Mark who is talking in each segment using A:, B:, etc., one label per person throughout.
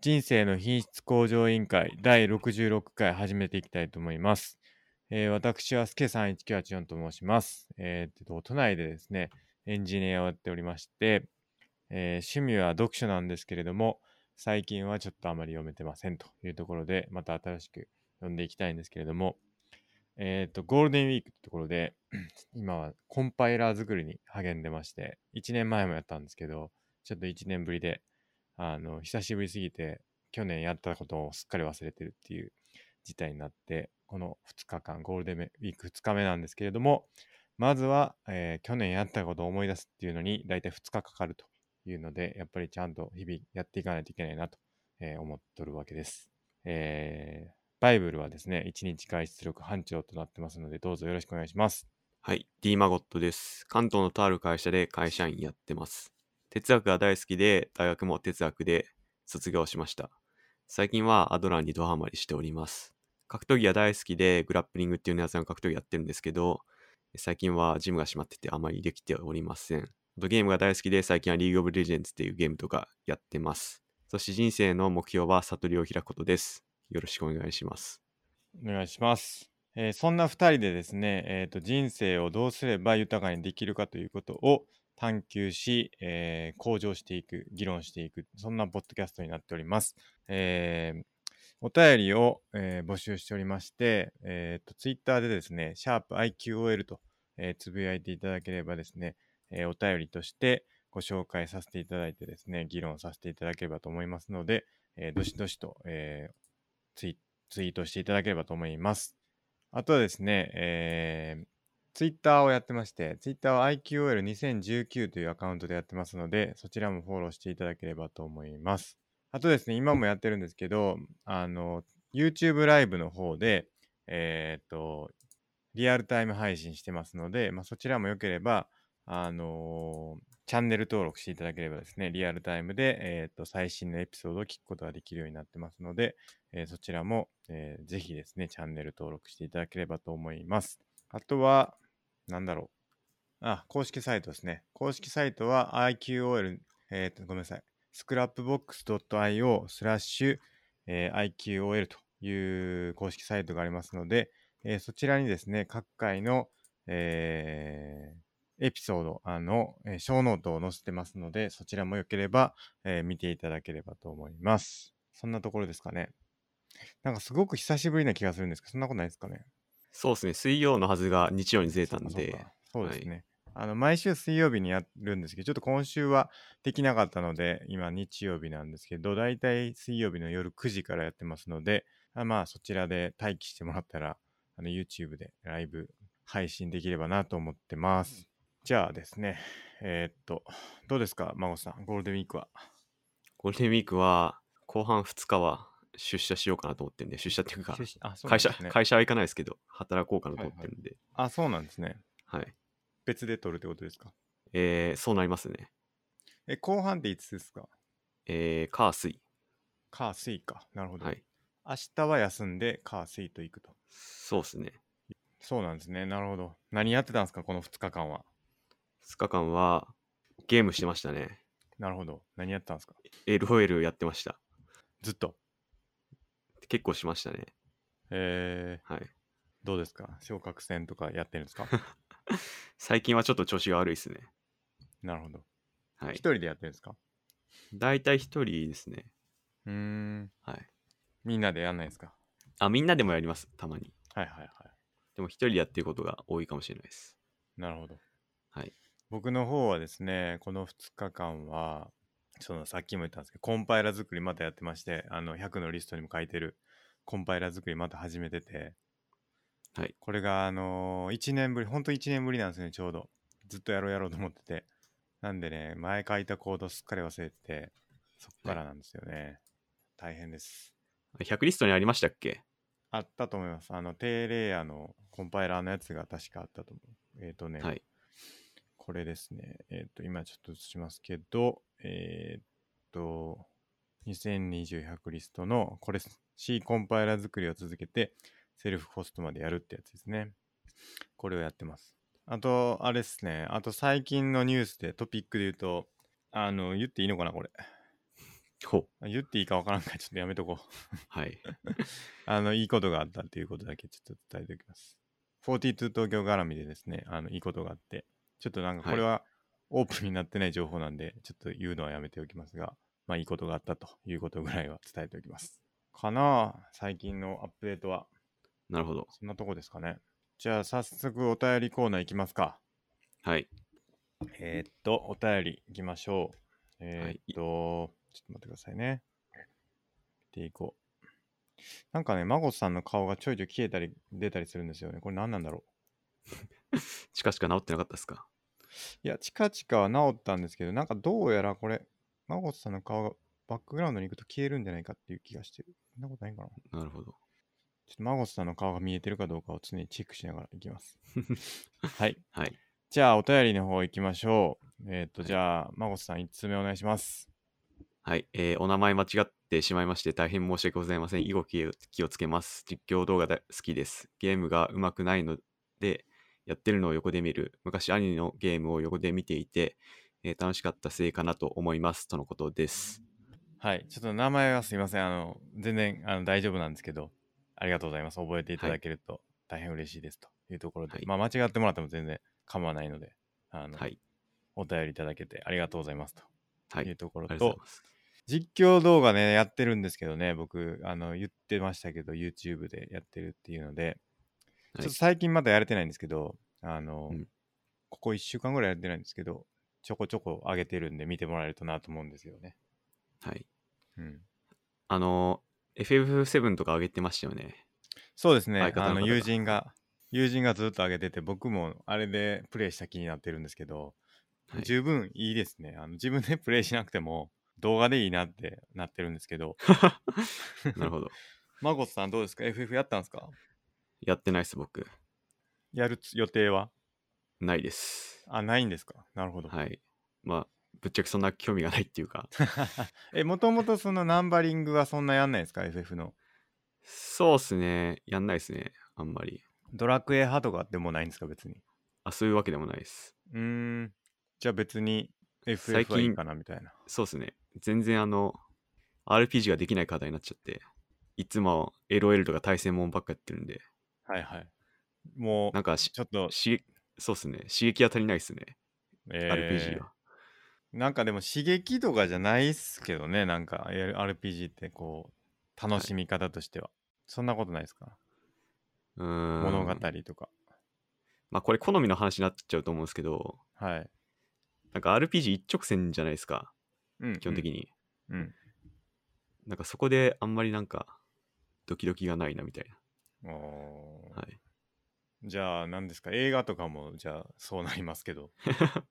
A: 人生の品質向上委員会第66回始めていきたいと思います。えー私はすけさん1984と申します。えーっと都内でですね、エンジニアをやっておりまして、えー趣味は読書なんですけれども、最近はちょっとあまり読めてませんというところで、また新しく読んでいきたいんですけれども、えーっと、ゴールデンウィークってところで、 今はコンパイラー作りに励んでまして、1年前もやったんですけど、ちょっと1年ぶりで、あの、久しぶりすぎて、去年やったことをすっかり忘れてるっていう事態になって、この2日間、ゴールデンウィーク2日目なんですけれども、まずは、えー去年やったことを思い出すっていうのに、だいたい2日かかるというので、やっぱりちゃんと日々やっていかないといけないなと、えー思っとるわけです。えーバイブルはですね、1日外出力班長となってますので、どうぞよろしくお願いします。
B: はい、D マゴットです。関東のとある会社で会社員やってます。哲学が大好きで、大学も哲学で卒業しました。最近はアドラーにドハマりしております。格闘技が大好きで、グラップリングっていうやつの格闘技やってるんですけど、最近はジムが閉まっててあまりできておりません。あとゲームが大好きで、最近はリーグオブレジェンズっていうゲームとかやってます。そして人生の目標は悟りを開くことです。よろしくお願いします。
A: お願いします。えーそんな2人でですね、えーと、人生をどうすれば豊かにできるかということを探求し、えー向上していく、議論していく、そんなポッドキャストになっております。えーお便りを、えー募集しておりまして、えーと、Twitter でですね、シャープ i q o l と、えーつぶやいていただければですね、えーお便りとしてご紹介させていただいてですね、議論させていただければと思いますので、えーどしどしと、えーツイツイートしていただければと思います。あとはですね、えー、ツイッターをやってまして、ツイッターは IQL2019 というアカウントでやってますので、そちらもフォローしていただければと思います。あとですね、今もやってるんですけど、あの、YouTube ライブの方で、えーっと、リアルタイム配信してますので、まあ、そちらもよければ、あのーチャンネル登録していただければですね、リアルタイムで、えーっと、最新のエピソードを聞くことができるようになってますので、えーそちらも、えーぜひですね、チャンネル登録していただければと思います。あとは、なんだろう。あ、公式サイトですね。公式サイトは IQOL、えーと、ごめんなさい。scrapbox.io スラッシュえー IQOL という公式サイトがありますので、えーそちらにですね、各回の、えーエピソード、あの、えー小ノートを載せてますので、そちらもよければ、えー見ていただければと思います。そんなところですかね。なんかすごく久しぶりな気がするんですけど、そんなことないですかね。
B: そうですね、水曜のはずが日曜にずれたん
A: そうか
B: で
A: そう、かそう
B: は
A: で
B: い
A: すね。あの毎週水曜日にやるんですけど、ちょっと今週はできなかったので、今日曜日なんですけど、だいたい水曜日の夜9時からやってますので、あまあそちらで待機してもらったら、あの YouTube でライブ配信できればなと思ってます。じゃあですね、えーっと、どうですか、孫さん、ゴールデンウィークは。
B: ゴールデンウィークは後半2日は出社しようかなと思ってるんで、出社っていうか、
A: 出社あそうなん
B: 会
A: です
B: 社、
A: ね
B: 会社は行かないですけど、働こうかなと思ってるんで、
A: あ、そうなんですね。
B: はい、
A: 別で撮るってことですか。
B: えー、そうなりますね。
A: え、後半っていつですか
B: えー、火、水。
A: 火、水か。なるほど。
B: はい。
A: 明日は休んで、火、水と行くと。
B: そうですね。
A: そうなんですね。なるほど。何やってたんですか、この2日間は。
B: 2日間はゲームしてましたね。
A: なるほど。何やってたんですか。
B: LOL やってました。
A: ずっと。
B: 結構しましたね。
A: え
B: はい。
A: ー、どうですか昇格戦とかやってるんですか
B: 最近はちょっと調子が悪いですね。
A: なるほど。
B: は
A: 一
B: い。
A: 人でやってるんですか
B: 大体1人ですね。
A: うーん。
B: はい。
A: みんなでやんないですか
B: あ、みんなでもやります、たまに。
A: はいはいはい。
B: でも1人でやってることが多いかもしれないです。
A: なるほど。
B: はい。
A: 僕の方はですね、この2日間は、そのさっきも言ったんですけど、コンパイラ作りまたやってまして、あの100のリストにも書いてるコンパイラ作りまた始めてて、
B: はい
A: これがあのー、1年ぶり、本当1年ぶりなんですね、ちょうど。ずっとやろうやろうと思ってて。なんでね、前書いたコードすっかり忘れてて、そっからなんですよね。大変です。
B: 100リストにありましたっけ
A: あったと思います。あの、低レイヤーのコンパイラーのやつが確かあったと思う。えっ、とね、
B: はい。
A: これですね。えっ、と、今ちょっと映しますけど、えっ、と、2020100リストの、これです、C コンパイラー作りを続けて、セルフホストまでやるってやつですね。これをやってます。あと、あれですね。あと、最近のニュースで、トピックで言うと、あの、言っていいのかな、これ。
B: ほ
A: あ言っていいかわからんからちょっとやめとこう。
B: う。はい。
A: あの、いいことがあったっていうことだけちょっと伝えておきます。42東京絡みでですね、あの、いいことがあって、ちょっとなんかこれはオープンになってない情報なんで、ちょっと言うのはやめておきますが、まあいいことがあったということぐらいは伝えておきます。かなあ最近のアップデートは。
B: なるほど。
A: そんなとこですかね。じゃあ早速お便りコーナーいきますか。
B: はい。
A: えーっと、お便りいきましょう。えーっと、ちょっと待ってくださいね。でいこう。なんかね、マゴさんの顔がちょいちょい消えたり出たりするんですよね。これ何なんだろ
B: チカチカ治ってなかったですか
A: う。いや、チカチカは治ったんですけど、なんかどうやらこれ、マゴさんの顔がバックグラウンドに行くと消えるんじゃないかっていう気がしてる。そんなことないんかな。ちょ
B: なるほど。
A: っとマゴさんの顔が見えてるかどうかを常にチェックしながらいきます。はい。
B: はい。
A: じゃあ、お便りの方行きましょう。えーっと、
B: はい
A: じゃあ、マゴさん1つ目お願いします。
B: はい、えーお名前間違ってしまいまして大変申し訳ございません。以後気を気をつけます。実況動画だ好きです。ゲームが上手くないので、やってるのを横で見る。昔兄のゲームを横で見ていて、えー楽しかったせいかなと思います。とのことです。
A: はい、ちょっと名前はすいません。あの、全然あの大丈夫なんですけど、ありがとうございます。覚えていた
B: は
A: だ
B: い
A: けると大変嬉しいですというところで、
B: はい
A: まあ間違ってもらっても全然構わないので、あの、
B: はい。
A: お便りいただけてありがとうございます
B: は
A: と
B: い。あ
A: い
B: り
A: うところ
B: がとう
A: と、
B: ございます。
A: 実況動画ね、やってるんですけどね、僕、あの、言ってましたけど、YouTube でやってるっていうので、
B: は
A: ち
B: い
A: ょっと最近まだやれてないんですけど、あの、
B: うん
A: ここ1週間ぐらいやれてないんですけど、ちょこちょこ上げてるんで見てもらえるとなと思うんですよね。
B: はい。
A: うん。
B: あのー、FF7 とか上げてましたよ ね。
A: そうですね。
B: 相方の
A: あ
B: 方
A: の
B: が
A: 友人が、友人がずっと上げてて、僕もあれでプレイした気になってるんですけど、
B: はい。
A: 十分いいですね。あの自分で プレイしなくても動画でいいなってなってるんですけ ど、
B: なるほど。
A: マゴさんどうですか ?FF やったんですか
B: やってないです、僕。
A: やるつ予定は
B: ないです。
A: あ、ないんですかなるほど。
B: はい。まあ、ぶっちゃけそんな興味がないってい うか、
A: え、もともとそのナンバリングはそんなやんないですか ?FF の。
B: そうっすね。やんないですね。あんまり。
A: ドラクエ派とかでもないんですか別に。
B: あ、そういうわけでもないです。
A: うーん。じゃあ別に FF はいいかなみたいな。
B: そうっすね。全然あの、RPG ができない課題になっちゃって、いつも LOL とか対戦もんばっかやってるんで、
A: はいはい。も
B: なんかし
A: う、ちょっと、
B: 刺激、そうっすね。刺激が足りないっすね。
A: え
B: RPG
A: ー
B: は。
A: なんかでも刺激とかじゃないっすけどね、なんかやる RPG ってこう、楽しみ方としては。そんなことないですか
B: うーん。
A: 物語とか。
B: まあこれ好みの話になっちゃうと思うんですけど、
A: はい。
B: なんか RPG 一直線じゃないですか。
A: うん、
B: 基本的
A: に。
B: に。
A: うん。
B: なんかそこであんまりなんか、ドキドキがないなみたい
A: おー
B: な。はい。
A: じゃあ何ですか映画とかもじゃあそうなりますけど
B: 確か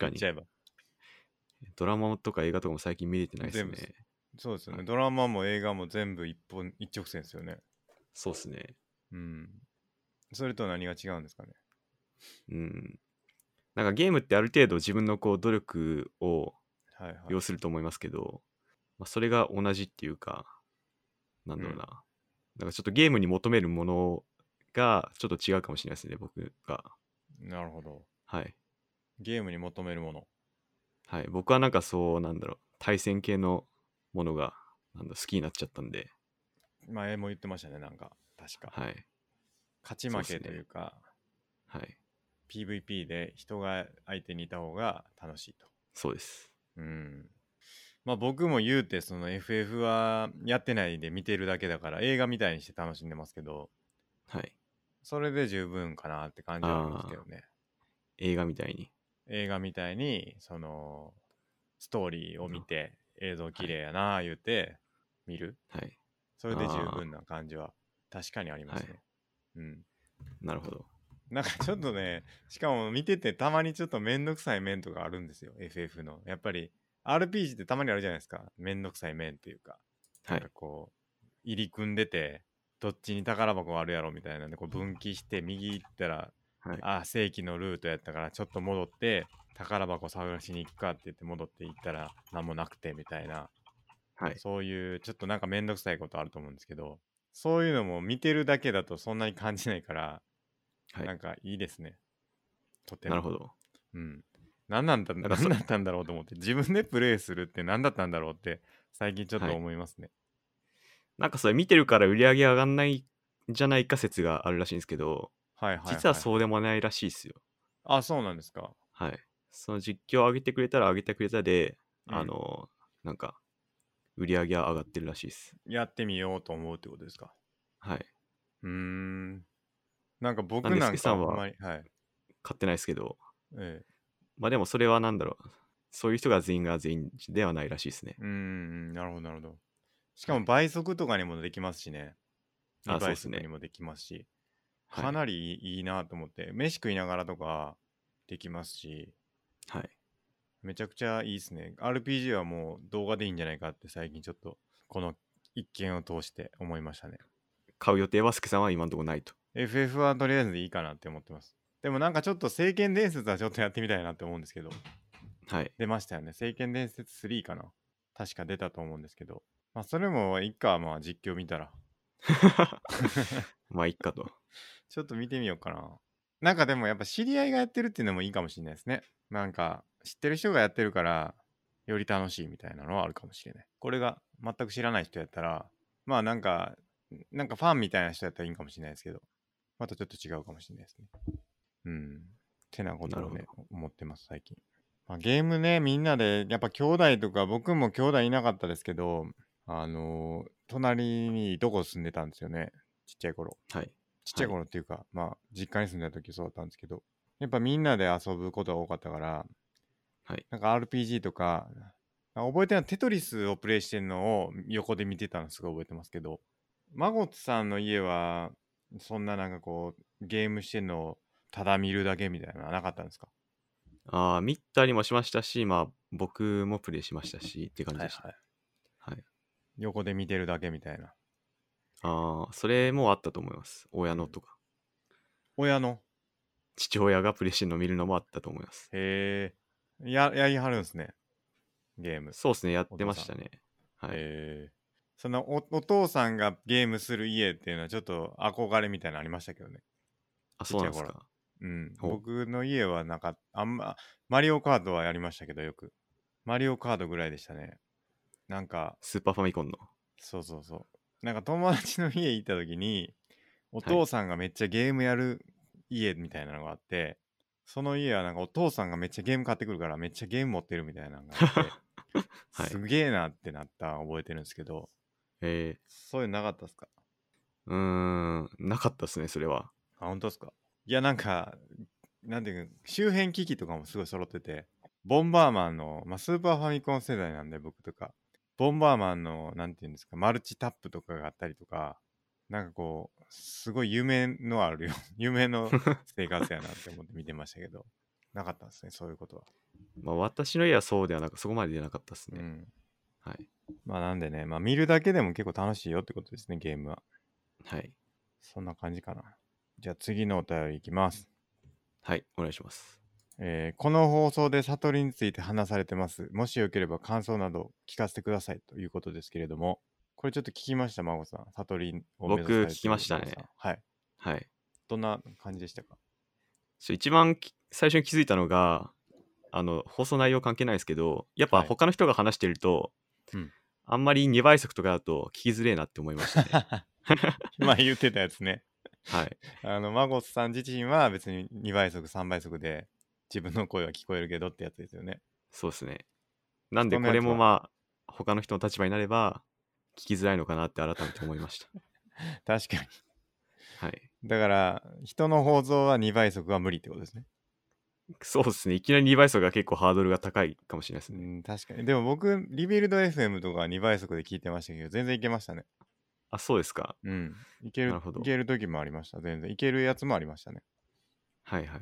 A: 言っ
B: に
A: ち。ゃえば
B: ドラマとか映画とかも最近見れてないです
A: 全部っす
B: ね。
A: そうですよね、
B: はい
A: ドラマも映画も全部一本一直線ですよね
B: そうっすね。
A: うんそれと何が違うんですかね
B: うん。なんかゲームってある程度自分のこう努力を
A: はいはい
B: 要すると思いますけど、まあ、それが同じっていうか、なんだろうな。なんかちょっとゲームに求めるものがちょっと違うかもしれないですね、僕が。
A: なるほど
B: はい。
A: ゲームに求めるもの
B: はい。僕はなんかそう、なんだろう、対戦系のものが、なんだ好きになっちゃったんで、
A: 前も言ってましたねなんか確か、
B: はい。
A: 勝ち負けというか
B: はい。
A: PVP で人が相手にいた方が楽しいと
B: そうです。
A: うんまあ僕も言うてその FF はやってないで見てるだけだから映画みたいにして楽しんでますけど
B: はい。
A: それで十分かなって感じはありますけどね。
B: 映画みたいに。
A: 映画みたいに、その、ストーリーを見て、映像綺麗やなあ言うて、見る。
B: はい。
A: それで十
B: あー
A: 分な感じは、確かにありますね。
B: はい
A: うん。
B: なるほど。
A: なんかちょっとね、しかも見ててたまにちょっとめんどくさい面とかあるんですよ、FF の。やっぱり、RPG ってたまにあるじゃないですか。めんどくさい面っていうか。
B: は
A: なんか
B: い。
A: こう入り組んでてどっちに宝箱あるやろみたいなんでこう分岐して右行ったら、
B: はい
A: あ正規のルートやったからちょっと戻って宝箱探しに行くかって言って戻って行ったら何もなくてみたいな、
B: はい。
A: そういうちょっとなんかめんどくさいことあると思うんですけどそういうのも見てるだけだとそんなに感じないから、
B: はい
A: なんかいいですねとても
B: なるほど。
A: うん何なんだ
B: なんかそ
A: 何だったんだろうと思って自分でプレイするって何だったんだろうって最近ちょっと
B: はい
A: 思いますね、
B: なんかそれ見てるから売り上げ上がんないんじゃないか説があるらしいんですけど、
A: はい、はいはい
B: 実は
A: う
B: そうでもないらしいですよ。
A: あそうなんですか
B: はい。その実況上げてくれたら上げてくれたで、
A: うん
B: あの、なんか、売り上げは上がってるらしいです。
A: やってみようと思うってことですか
B: はい。
A: うーんなんか僕
B: なんで
A: なん
B: 助
A: か
B: さ
A: あ
B: ん
A: ん
B: は
A: まりはい、
B: 買ってないですけど、
A: え
B: まあでもそれはなんだろう。そういう人が全員が全員ではないらしいですね
A: え、う。ーんなるほどなるほどしかも倍速とかにもできますしね
B: あ
A: 2
B: そう
A: 倍
B: っす
A: 速
B: ね
A: にもできますし
B: はい
A: かなりいい,、なと思って飯食いながらとかできますし
B: はい。
A: めちゃくちゃいいですね。RPG はもう動画でいいんじゃないかって最近ちょっとこの一件を通して思いましたね。
B: 買う予定はスケさんは今のところないと。
A: FF はとりあえずいいかなって思ってます。でもなんかちょっと聖剣伝説はちょっとやってみたいなって思うんですけど。
B: はい。
A: 出ましたよね。聖剣伝説3かな。確か出たと思うんですけど。まあそれもいっか、まあ実況見たら。
B: まあ、いっかと。
A: ちょっと見てみようかな。なんかでもやっぱ知り合いがやってるっていうのもいいかもしれないですね。なんか知ってる人がやってるからより楽しいみたいなのはあるかもしれない。これが全く知らない人やったら、まあなんか、なんかファンみたいな人やったらいいんかもしれないですけど、またちょっと違うかもしれないですね。うん。てなことを
B: な
A: ね
B: る、
A: 思ってます最近。まあ、ゲームね、みんなで、やっぱ兄弟とか、僕も兄弟いなかったですけど、あのー隣にどこ住んでたんですよね、ちっちゃい頃。
B: はい。
A: ちっちゃい頃っていうか、まあ実家に住んでた時そうだったんですけどやっぱみんなで遊ぶことが多かったから、
B: はい
A: なんか RPG とかあ覚えてるのはテトリスをプレイしてるのを横で見てたのすごい覚えてますけどマゴットさんの家はそんななんかこうゲームしてるのをただ見るだけみたいなのはなかったんですか
B: ああ、見たりもしましたし、まあ、僕もプレイしましたし、って感じでした。
A: い
B: はい。
A: 横で見てるだけみたいな
B: ああ、それもあったと思います。親のとか。
A: 親の
B: 父親がプレイしてるの見るのもあったと思います。
A: へえややりはるんすねゲーム
B: そうですね、やってましたね。はい。
A: えーそのおお父さんがゲームする家っていうのはちょっと憧れみたいなのありましたけどね。
B: あ、そうなんです
A: ちっちゃい
B: か。
A: うん。
B: ほう
A: 僕の家はなんか、あんま、マリオカードはやりましたけどよく。マリオカードぐらいでしたね。なんか、
B: スーパーファミコンの。
A: そうそうそう。なんか友達の家行った時に、お父さんがめっちゃゲームやる家みたいなのがあって、その家はなんかお父さんがめっちゃゲーム買ってくるからめっちゃゲーム持ってるみたいなのがあって、
B: はい
A: すげえなってなったの覚えてるんですけど、
B: え
A: そういうのなかったですか
B: ー、うーん、なかったですね、それは。
A: あ、本当ですかいや、なんか、なんていうか、周辺機器とかもすごい揃ってて、ボンバーマンの、まあ、スーパーファミコン世代なんで、僕とか、ボンバーマンの、なんていうんですか、マルチタップとかがあったりとか、なんかこう、すごい夢のあるよ、 夢の生活やなって思って見てましたけど、なかったんですね、そういうことは。
B: まあ、私の家はそうではなく、そこまででなかったです
A: う
B: ね。
A: ん。
B: はい。
A: まあ、なんでね、まあ、見るだけでも結構楽しいよってことですね、ゲームは。
B: はい。
A: そんな感じかな。じゃあ次のお便りいきます。
B: はい、お願いします。
A: えーこの放送で悟りについて話されてます。もしよければ感想など聞かせてくださいということですけれども、これちょっと聞きました、孫さん。悟りを目指されてる
B: 僕聞きましたね
A: 真帆さんはい。
B: はい。
A: どんな感じでしたか
B: ちょ一番き最初に気づいたのが、あの、放送内容関係ないですけど、やっぱ
A: はい
B: 他の人が話してると、
A: うん
B: あんまり2倍速とかだと聞きづれえなって思いま したね。
A: 今言ってたやつね。
B: はい。
A: あの、孫さん自身は別に2倍速、3倍速で自分の声は聞こえるけどってやつですよね。
B: そうですね。なんで、
A: 人
B: こ
A: のやつ
B: れ
A: は
B: もまあ、他の人の立場になれば、聞きづらいのかなって改めて思いました。
A: 確かに。
B: はい。
A: だから、人の放送は2倍速は無理ってことですね。
B: そうですね。いきなり2倍速が結構ハードルが高いかもしれないです
A: う
B: ね。
A: ん、確かに。でも僕、リビルド FM とか2倍速で聞いてましたけど、全然いけましたね。
B: あ、そうですか。
A: うん。いける、
B: なるほど
A: いける時もありました、全然。いけるやつもありました ね。
B: はいはい。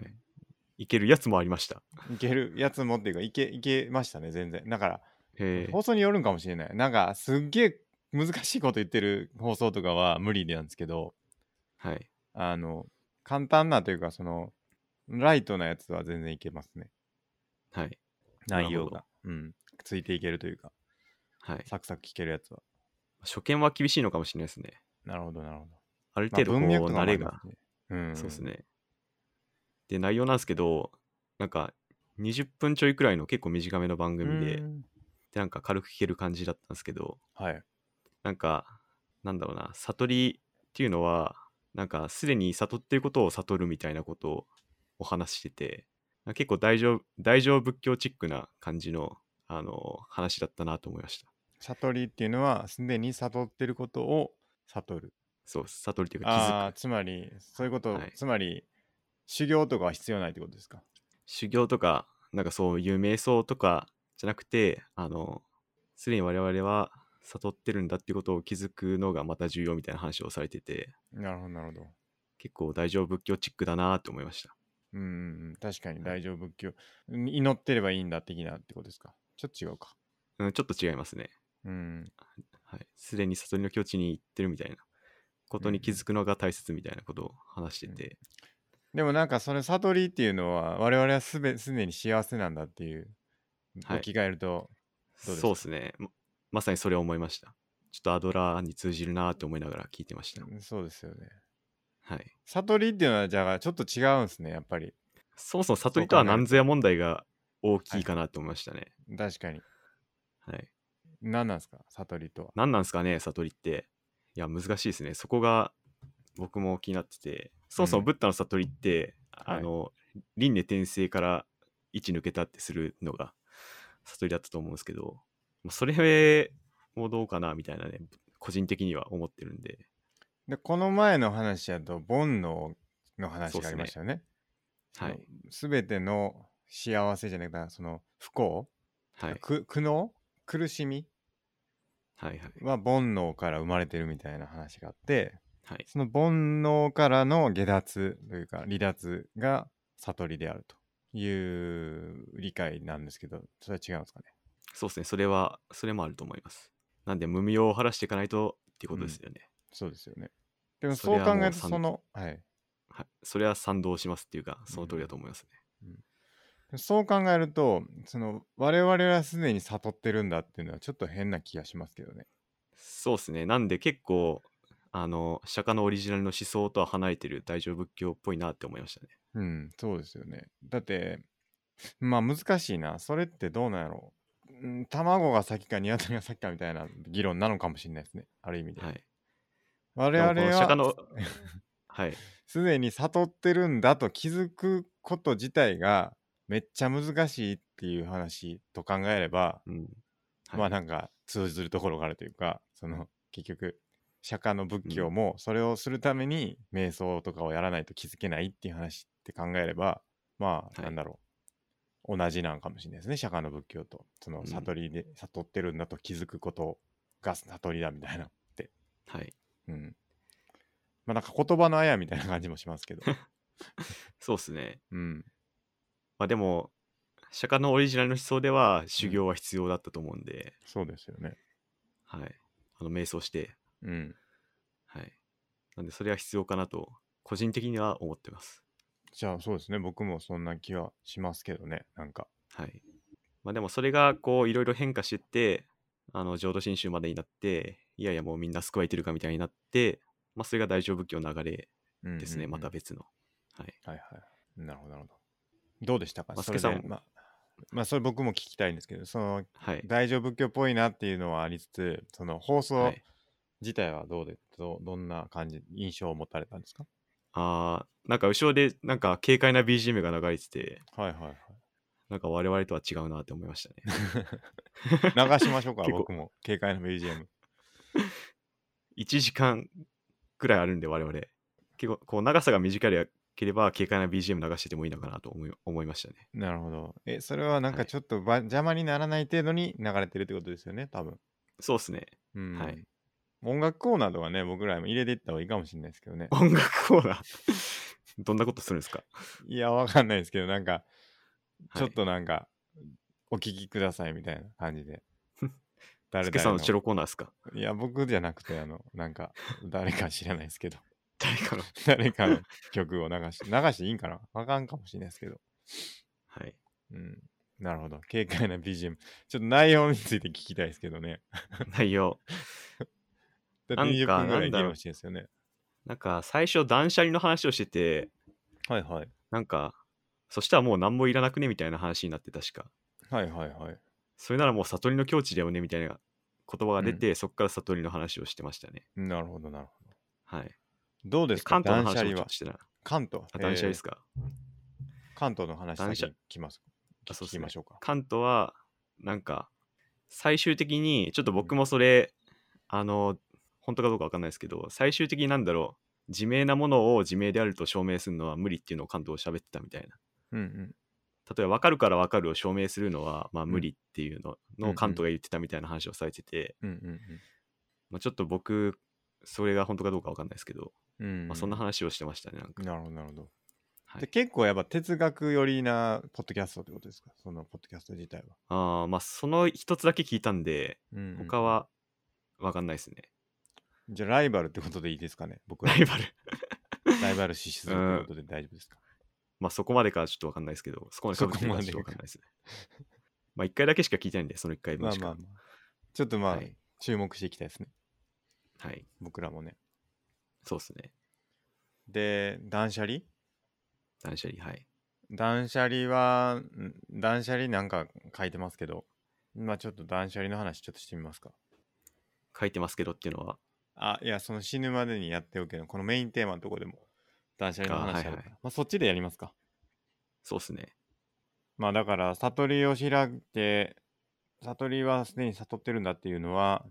B: いけるやつもありました。
A: いけるやつもっていうか、いけ、いけましたね、全然。だから、
B: へえ。
A: 放送によるんかもしれない。なんか、すっげえ難しいこと言ってる放送とかは無理なんですけど、
B: はい。
A: あの、簡単なというか、その、ライトなやつは全然いけますね。
B: はい。なるほ
A: 内
B: ど
A: 容が。うん。ついていけるというか、
B: はい。
A: サクサク聞けるやつは。
B: 初見は厳しいのかもしれないですね。
A: なるほど、なるほど。
B: ある程度こう、
A: まあとかもあ
B: 慣
A: り
B: れが
A: ま。すねうん。
B: そうですね。で、内容なんですけど、なんか、 20分ちょいくらいの結構短めの番組で
A: うー、ん
B: でなんか軽く聞ける感じだったんですけど、
A: はい。
B: なんか、なんだろうな、悟りっていうのは、なんか、すでに悟っていることを悟るみたいなことをお話ししてて、なんか結構大乗、大乗仏教チックな感じの、あの、話だったなと思いました。
A: 悟りっていうのは、すでに悟ってることを悟る。
B: そう、悟りというか気
A: あ
B: づ
A: あ、
B: く。
A: つまり、そういうこと、
B: はい
A: つまり、修行とかは必要ないってことですか。
B: 修行とか、なんかそういう瞑想とかじゃなくて、あの、すでに我々は悟ってるんだっていうことを気づくのがまた重要みたいな話をされてて、
A: なるほど、なるほど。
B: 結構大乗仏教チックだなと思いました。
A: うんうんうん、確かに
B: い
A: 大乗仏教、祈ってればいいんだ的なってことですか。ちょっと違うか。
B: うん、ちょっと違いますね。
A: うん。
B: はい、すでに悟りの境地に行ってるみたいなこと
A: うんう
B: に
A: ん
B: 気づくのが大切みたいなことを話してて、
A: でもなんかその悟りっていうのは我々はすべすでに幸せなんだっていう
B: はい
A: 置き換えると、どうですか
B: そうですねままさにそれを思いましたちょっとアドラーに通じるなと思いながら聞いてました、
A: うんそうですよね。
B: はい、
A: 悟りっていうのはじゃあちょっと違うんですねやっぱり
B: そもそも悟りとは
A: そう考えると
B: 何ぞや問題が大きいかなと思いましたね、
A: 確かに。
B: はい、
A: 何なんですか悟りとは。
B: 何なんですかね悟りっていや難しいですねそこが僕も気になっててそもそも
A: うん
B: ブッダの悟りって、
A: はい
B: あの、輪廻転生から位置抜けたってするのが悟りだったと思うんですけどまあそれもどうかなみたいなね個人的には思ってるんで
A: でこの前の話だと煩悩の話
B: そうっすね
A: がありましたよね。
B: はい
A: その全ての幸せじゃなくてその不幸、
B: はい
A: く苦悩苦しみ
B: はいはい
A: は煩悩から生まれてるみたいな話があって
B: はい
A: その煩悩からの下脱というか離脱が悟りであるという理解なんですけどそれは違うんですかね
B: そうですねそれはそれもあると思いますなんで無味を晴らしていかないとっていうことですよね、
A: そうですよねでも
B: そ
A: そう
B: れ
A: 考
B: はもう
A: えると
B: 三
A: そのはい
B: はい、それは賛同しますっていうかその通りだと思いますね、
A: そう考えるとその我々はすでに悟ってるんだっていうのはちょっと変な気がしますけどね
B: そうですね。なんで結構、あの、釈迦のオリジナルの思想とは離れてる大乗仏教っぽいなって思いましたね。
A: うんそうですよねだってまあ難しいなそれってどうなんやろう、うん、卵が先か鶏が先かみたいな議論なのかもしれないですねある意味で、
B: はい。
A: 我々
B: でもこの釈迦の
A: は
B: はい。
A: すでに悟ってるんだと気づくこと自体がめっちゃ難しいっていう話と考えれば、
B: うん。はい
A: まあなんか通ずるところがあるというかその結局釈迦の仏教もそれをするために瞑想とかをやらないと気づけないっていう話って考えればま
B: は
A: あ
B: い
A: なんだろう、同じなんかもしれないですね釈迦の仏教とその
B: うん
A: 悟りで、悟ってるんだと気づくことが悟りだみたいなって
B: はい。
A: うんまあなんか言葉のあやみたいな感じもしますけど
B: そうですね。
A: うん
B: まあでも、釈迦のオリジナルの思想では修行は必要だったと思うんで、
A: そうですよね
B: はい。あの、瞑想して、
A: うん
B: はい。なんで、それは必要かなと、個人的には思ってます。
A: じゃあそうですね僕もそんな気はしますけどねなんか
B: はい。まあでもそれがこういろいろ変化してって、あの浄土真宗までになって、いやいやもうみんな救われてるかみたいになって、まあそれが大乗仏教の流れですね、また
A: 別
B: 別の。はい。
A: はいはい。なるほど、なるほど。どうでしたか
B: マス
A: そ
B: ケ
A: れ
B: さん
A: で、
B: も
A: まあ、まあ、それ僕も聞きたいんですけど、その、
B: はい。
A: 大乗仏教っぽいなっていうのはありつつ、その放
B: は
A: 送
B: い、
A: 自体はどうで、どどんな感じ、印象を持たれたんですか
B: あーなんか後ろでなんか軽快な BGM が流れてて、
A: はいはいはい。
B: なんか我々とは違うなって思いました ね。
A: 流しましょうか、
B: 結構
A: 僕も。軽快な BGM。
B: 1時間くらいあるんで我々。結構こう長さが短ければ軽快な BGM 流しててもいいのかなと思い思いましたね。
A: なるほど。え、それはなん
B: は
A: か
B: い
A: ちょっとば、邪魔にならない程度に流れてるってことですよね、多分。
B: そうですね。
A: うん。
B: はい。
A: 音楽コーナーとかね、僕らも入れていった方がいいかもしれないですけどね。
B: 音楽コーナー、 どんなことするんですか、
A: いや、わかんないですけど、なんか、
B: はい
A: ちょっとなんか、お聞きくださいみたいな感 じで。誰
B: スケさん
A: 々
B: のチェロコーナーですか
A: いや、僕じゃなくて、あの、なんか、誰か知らないですけど、
B: 誰かの。
A: 誰かの曲を流し、流していいんかなわかんかもしれないですけど。
B: はい。
A: うん。なるほど。軽快な BGM。ちょっと内容について聞きたいですけどね。
B: 内容。
A: だって20
B: なんか
A: 分ぐら
B: なん
A: い
B: だ
A: 議
B: ろう
A: 論してるんですよね。
B: なんか最初断捨離の話をしてて、
A: はいはい。
B: なんか、そしたらもう何もいらなくねみたいな話になって確か
A: はいはいはい。
B: それならもう悟りの境地だよねみたいな言葉が出て、そこから悟りの話をしてましたね
A: なるほどなるほど。
B: はい
A: どうですか
B: 関東の
A: 断捨
B: 話
A: 離
B: もちょっ
A: は
B: と。してない
A: 関東。
B: あ断捨離です
A: か、
B: か、
A: 関東の話
B: 断捨
A: 先に来ます。
B: あそう
A: 聞
B: っす
A: き
B: ね
A: ましょうか。
B: 関東はなんか最終的にちょっと僕もそれ、あの本当かどうかわかんないですけど最終的になんだろう自明なものを自明であると証明するのは無理っていうのを関東は喋ってたみたいな
A: うんうん。
B: 例えば分かるから分かるを証明するのはまあ無理っていう
A: う
B: の
A: んう
B: の
A: ん
B: 関東が言ってたみたいな話をされてて、
A: うんうん
B: まあ、ちょっと僕それが本当かどうか分かんないですけど、
A: うん。うんうん
B: まあ、そんな話をしてましたねなんか、
A: なるほどなるほど。
B: はい
A: で結構やっぱ哲学寄りなポッドキャストってことですかそのポッドキャスト自体は。
B: あーまあその一つだけ聞いたんで
A: うんうん
B: 他は分かんないですね、
A: じゃあライバルってことでいいですかね僕ら
B: ライバル
A: ライバル視するってことで大丈夫ですか、
B: まあそこまでかはちょっと分かんないですけどそこまでかぶってるかはちょっと分かんないですねまあ1回だけしか聞いてないんでその1回
A: ま
B: 分
A: あ
B: しか
A: まあまあ。ちょっとまあ、
B: はい、
A: 注目していきたいですね。
B: はい、
A: 僕らもね。
B: そうですね
A: で、断捨離
B: 断捨離はい
A: 断捨離は、ん断捨離なんか書いてますけど、まあちょっと断捨離の話ちょっとしてみますか。
B: 書いてますけどっていうのは
A: あ、いや、その死ぬまでにやっておけの、このメインテーマのとこでも断捨離の話あるから、
B: あはいは
A: まあそっちでやりますか。
B: そうですね
A: まあだから悟りを開いて悟りはすでに悟ってるんだっていうのは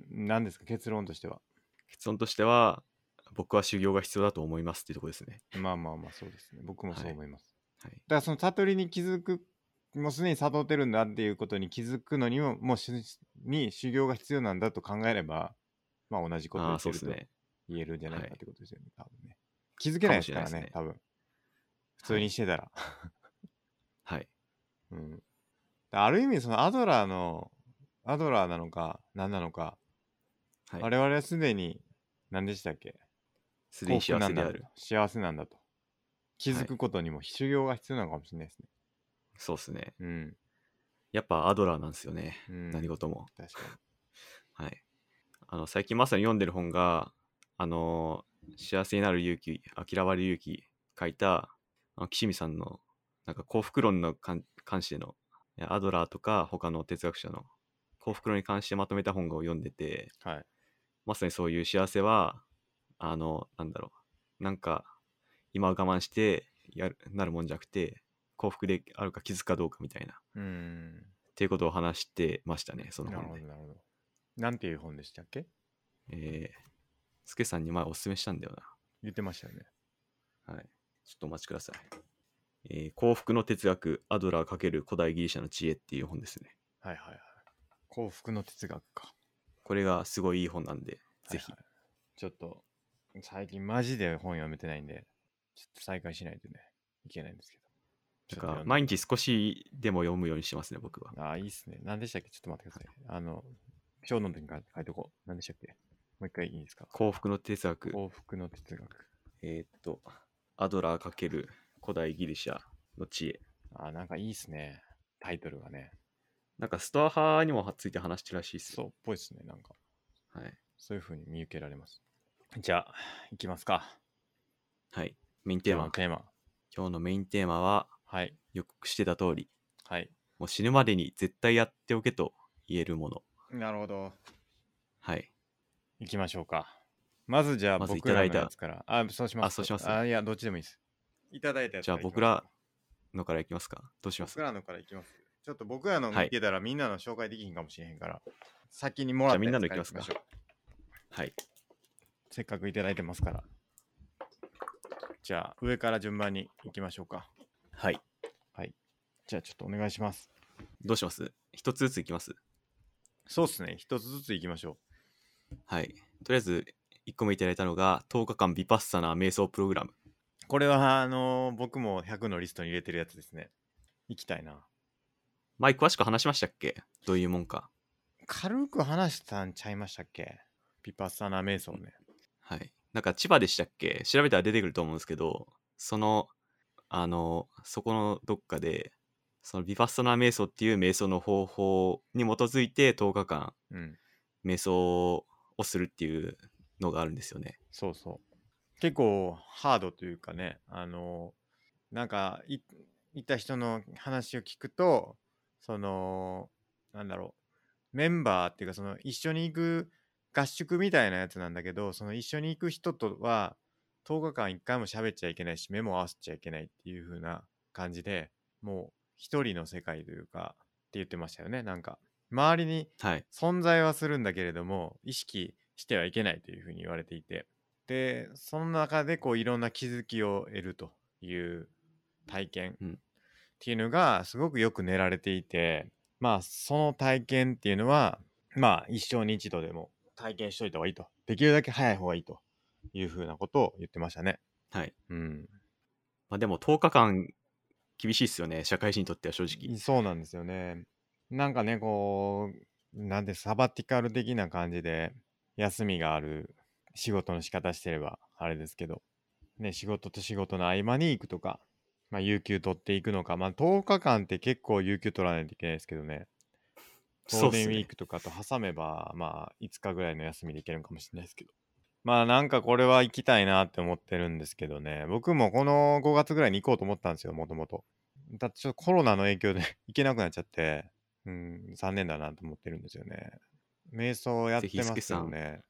A: 何ですか結論としては
B: 結論としては僕は修行が必要だと思いますっていうところですね。
A: まあまあまあそうですね僕もそう思います、
B: はい、
A: だからその悟りに気づくもうすでに悟ってるんだっていうことに気づくのにももうしに修行が必要なんだと考えればまあ同じこと
B: あ
A: を
B: あーそう
A: 言って
B: です
A: ると
B: ね。
A: 言えるんじゃないか
B: はい
A: ってことですよね、多分ね気づけないですからね
B: かもしれないですね
A: 多分普通にしてたら、
B: はい。
A: うん、ある意味そのアドラーのアドラーなのか何なのか
B: はい、
A: 我々はすでに何でしたっけ
B: すでに
A: 幸
B: 幸
A: 福なん
B: せで
A: だ
B: ある。
A: 幸せなんだと気づ
B: は
A: くことにも修行が必要なのかもしれないですね、
B: そうですね。
A: うん、
B: やっぱアドラーなんですよね。
A: うん、
B: 何事も。
A: 確か
B: はい。あの、最近まさに読んでる本が、あのー幸せになる勇気、諦める勇気、書いた、あの岸見さんの、なんか幸福論の関関しての、いやアドラーとか他の哲学者の幸福論に関してまとめた本を読んでて、
A: にはい
B: まさにそういう幸せは、あの、なんだろう、なんか、今は我慢してやるなるもんじゃなくて、幸福であるか気づくかどうかみたいな、っ
A: うん
B: ていうことを話してましたね、その
A: なる
B: 本
A: ほ
B: で
A: ど。なるほどなんていう本でしたっけ
B: えー、スケさんに前おすすめしたんだよ
A: 言ってましたよね
B: な。はい。ちょっとお待ちください。えー幸福の哲学、アドラー×古代ギリシャの知恵っていう本ですね。
A: はいはいはい幸福の哲学か
B: これがすごいいい本なんで、ぜひ
A: はいは。いちょっと最近マジで本読めてないんでちょっと再開しないとねいけないんですけどちょっと
B: なんか
A: 読んで
B: 毎日少しでも読むようにしてますね、僕は。
A: ああ、いいっすね。何でしたっけちょっと待ってください。あの、今日の時に書いておこう。何でしたっけもう一回いいですか
B: 幸福の哲学、
A: 幸福の哲学。
B: えーっと、アドラー×古代ギリシャの知恵。
A: ああ、なんかいいっすね。タイトルがね。
B: なんかストア派にもついて話してるらしいっす
A: そ
B: よ。
A: うっぽいっすね。なんか、
B: はい。
A: そういう風に見受けられます。じゃあ、いきますか。
B: はい。メインテ
A: テ
B: ー
A: ー
B: マ
A: マ、。テーマ。
B: 今日のメインテーマは、
A: はい。
B: 予告してた通り、
A: はい。
B: もう死ぬまでに絶対やっておけと言えるもの。
A: なるほど。
B: はい。
A: いきましょうか。まずじゃあ、
B: まず
A: 僕らの
B: いただいた
A: やつから。あ、そうします。
B: あそうします
A: あ、いや、どっちでもいいです。いただいたやつ
B: じゃあ
A: からいきま
B: 僕
A: しょう
B: ら
A: か
B: のからいきますかどうします
A: 僕らのからいきます。ちょっと僕らの
B: はい
A: 見てたらみんなの紹介できひんかもしれへんから、先にもらった
B: じゃあみんなの
A: やつ
B: いきますか
A: らいきましょ
B: はい。
A: うせっかくいただいてますから。じゃあ上から順番に行きましょうか。
B: はい。
A: じゃあちょっとお願いします。
B: どうします一つずついきます
A: そうっすね。一つずつ行きましょ
B: はい。とりあえず、1個目いただいたのが、10日間ビパッサナー瞑想プログラム。
A: う。これはあのー僕も100のリストに入れてるやつですね。行きたいな。
B: 前、詳しく話しましたっけどういうもんか。
A: 軽く話したんちゃいましたっけピパッサナ瞑想ね。
B: はい。なんか千葉でしたっけ調べたら出てくると思うんですけど、その、あの、そこのどっかで、そのビパッサナー瞑想っていう瞑想の方法に基づいて10日間
A: うん。
B: 瞑想をするっていうのがあるんですよね。
A: そうそう。結構ハードというかね、あの、なんかい、いた人の話を聞くとそのなんだろうメンバーっていうかその一緒に行く合宿みたいなやつなんだけどその一緒に行く人とは10日間1回も喋っちゃいけないし目も合わせちゃいけないっていう風な感じでもう一人の世界というかって言ってましたよねなんか周りに
B: はい。
A: 存在はするんだけれども意識してはいけないというふうに言われていてでその中でこういろんな気づきを得るという体験
B: うん
A: っていうのがすごくよく練られていてまあその体験っていうのはまあ一生に一度でも体験しといた方がいいとできるだけ早い方がいいというふうなことを言ってましたね。
B: はい。
A: うん、
B: まあでも10日間厳しいですよね。社会人にとっては正直。
A: そうなんですよね。なんかね、こう、なんでサバティカル的な感じで、休みがある仕事の仕方してれば、あれですけど、ね、仕事と仕事の合間に行くとか、まあ、有給取っていくのか、まあ、10日間って結構有給取らないといけないですけどね、ゴー
B: そ
A: ル
B: うで
A: デン
B: す
A: ウィ
B: ね
A: ー。クとかと挟めば、まあ、5日ぐらいの休みで行けるのかもしれないですけど。まあ、なんかこれは行きたいなって思ってるんですけどね。僕もこの5月ぐらいに行こうと思ったんですよ、もともと。だってちょっとコロナの影響で 行けなくなっちゃって、うん、残念だなと思ってるんですよね。瞑想やって
B: ぜひ
A: ます
B: スケ
A: け
B: さ
A: ど
B: ん
A: ね。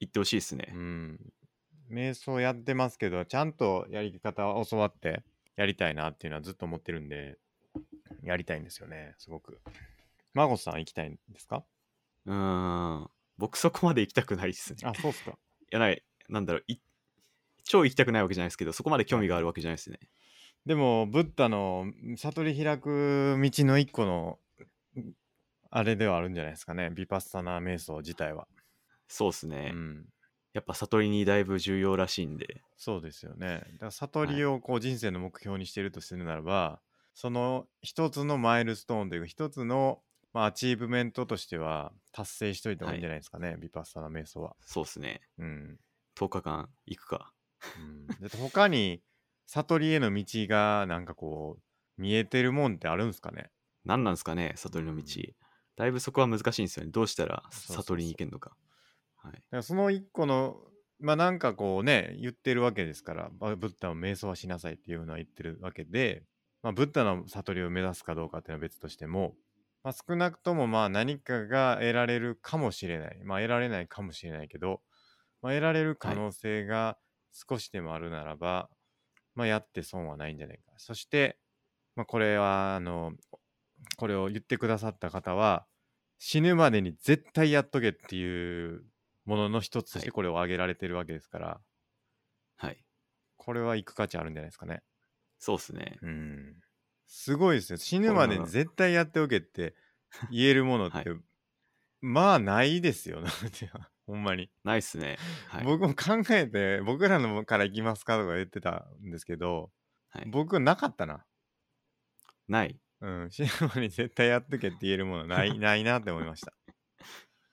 B: 行ってほしいですね。
A: うん。瞑想やってますけど、ちゃんとやり方を教わってやりたいなっていうのはずっと思ってるんで、やりたいんですよね、すごく。マゴさん行きたいんですか
B: うーん。僕そこまで行きたくないですね。い
A: あ、そうっすか。
B: や、ない、なんだろう、い超行きたくないわけじゃないですけど、そこまで興味があるわけじゃないですね。
A: でも、ブッダの悟り開く道の一個の、んあれではあるんじゃないですかね。ビパッサナー瞑想自体は。
B: そうです
A: う
B: ね。
A: ん。
B: やっぱ悟りにだいぶ重要らしいんで、
A: そうですよね。だから悟りをこう人生の目標にしているとするならば、その一つのマイルストーンというか、一つの、まあ、アチーブメントとしては達成しといた方がいいんじゃないですかね、ビパッサナー瞑想は。
B: そうですね。
A: うん。
B: 10日間行くか。
A: うん、だって他に悟りへの道がなんかこう見えてるもんってあるんですかね
B: 何なんですかね、悟りの道。
A: うん
B: だいぶそこは難しいんですよね。どうしたら
A: そうそうそう
B: 悟りに行けるのか。はい。
A: だからその一個のまあなんかこうね言ってるわけですからまブッダは瞑想はしなさいっていうのは言ってるわけで、まあ、ブッダの悟りを目指すかどうかっていうのは別としても、まあ、少なくともまあ何かが得られるかもしれないまあ得られないかもしれないけど、まあ、得られる可能性が少しでもあるならば、まあやって損はないんじゃないかそして、まあ、これはあのこれを言ってくださった方は死ぬまでに絶対やっとけっていうものの一つとし
B: は
A: て
B: い
A: これを挙げられてるわけですから、
B: はい。
A: これは行く価値あるんじゃないですかね。
B: そうですね。
A: うん。すごいですよ。死ぬまでに絶対やっておけって言えるものって、
B: はい
A: まあないですよ。なんていうの ほんまに。
B: ないっすね。はい。
A: 僕も考えて、僕らのから行きますかとか言ってたんですけど、
B: はい
A: 僕なかったな。
B: ない。
A: うん。死ぬまでに絶対やっとけって言えるもの ない、ないなって思いました。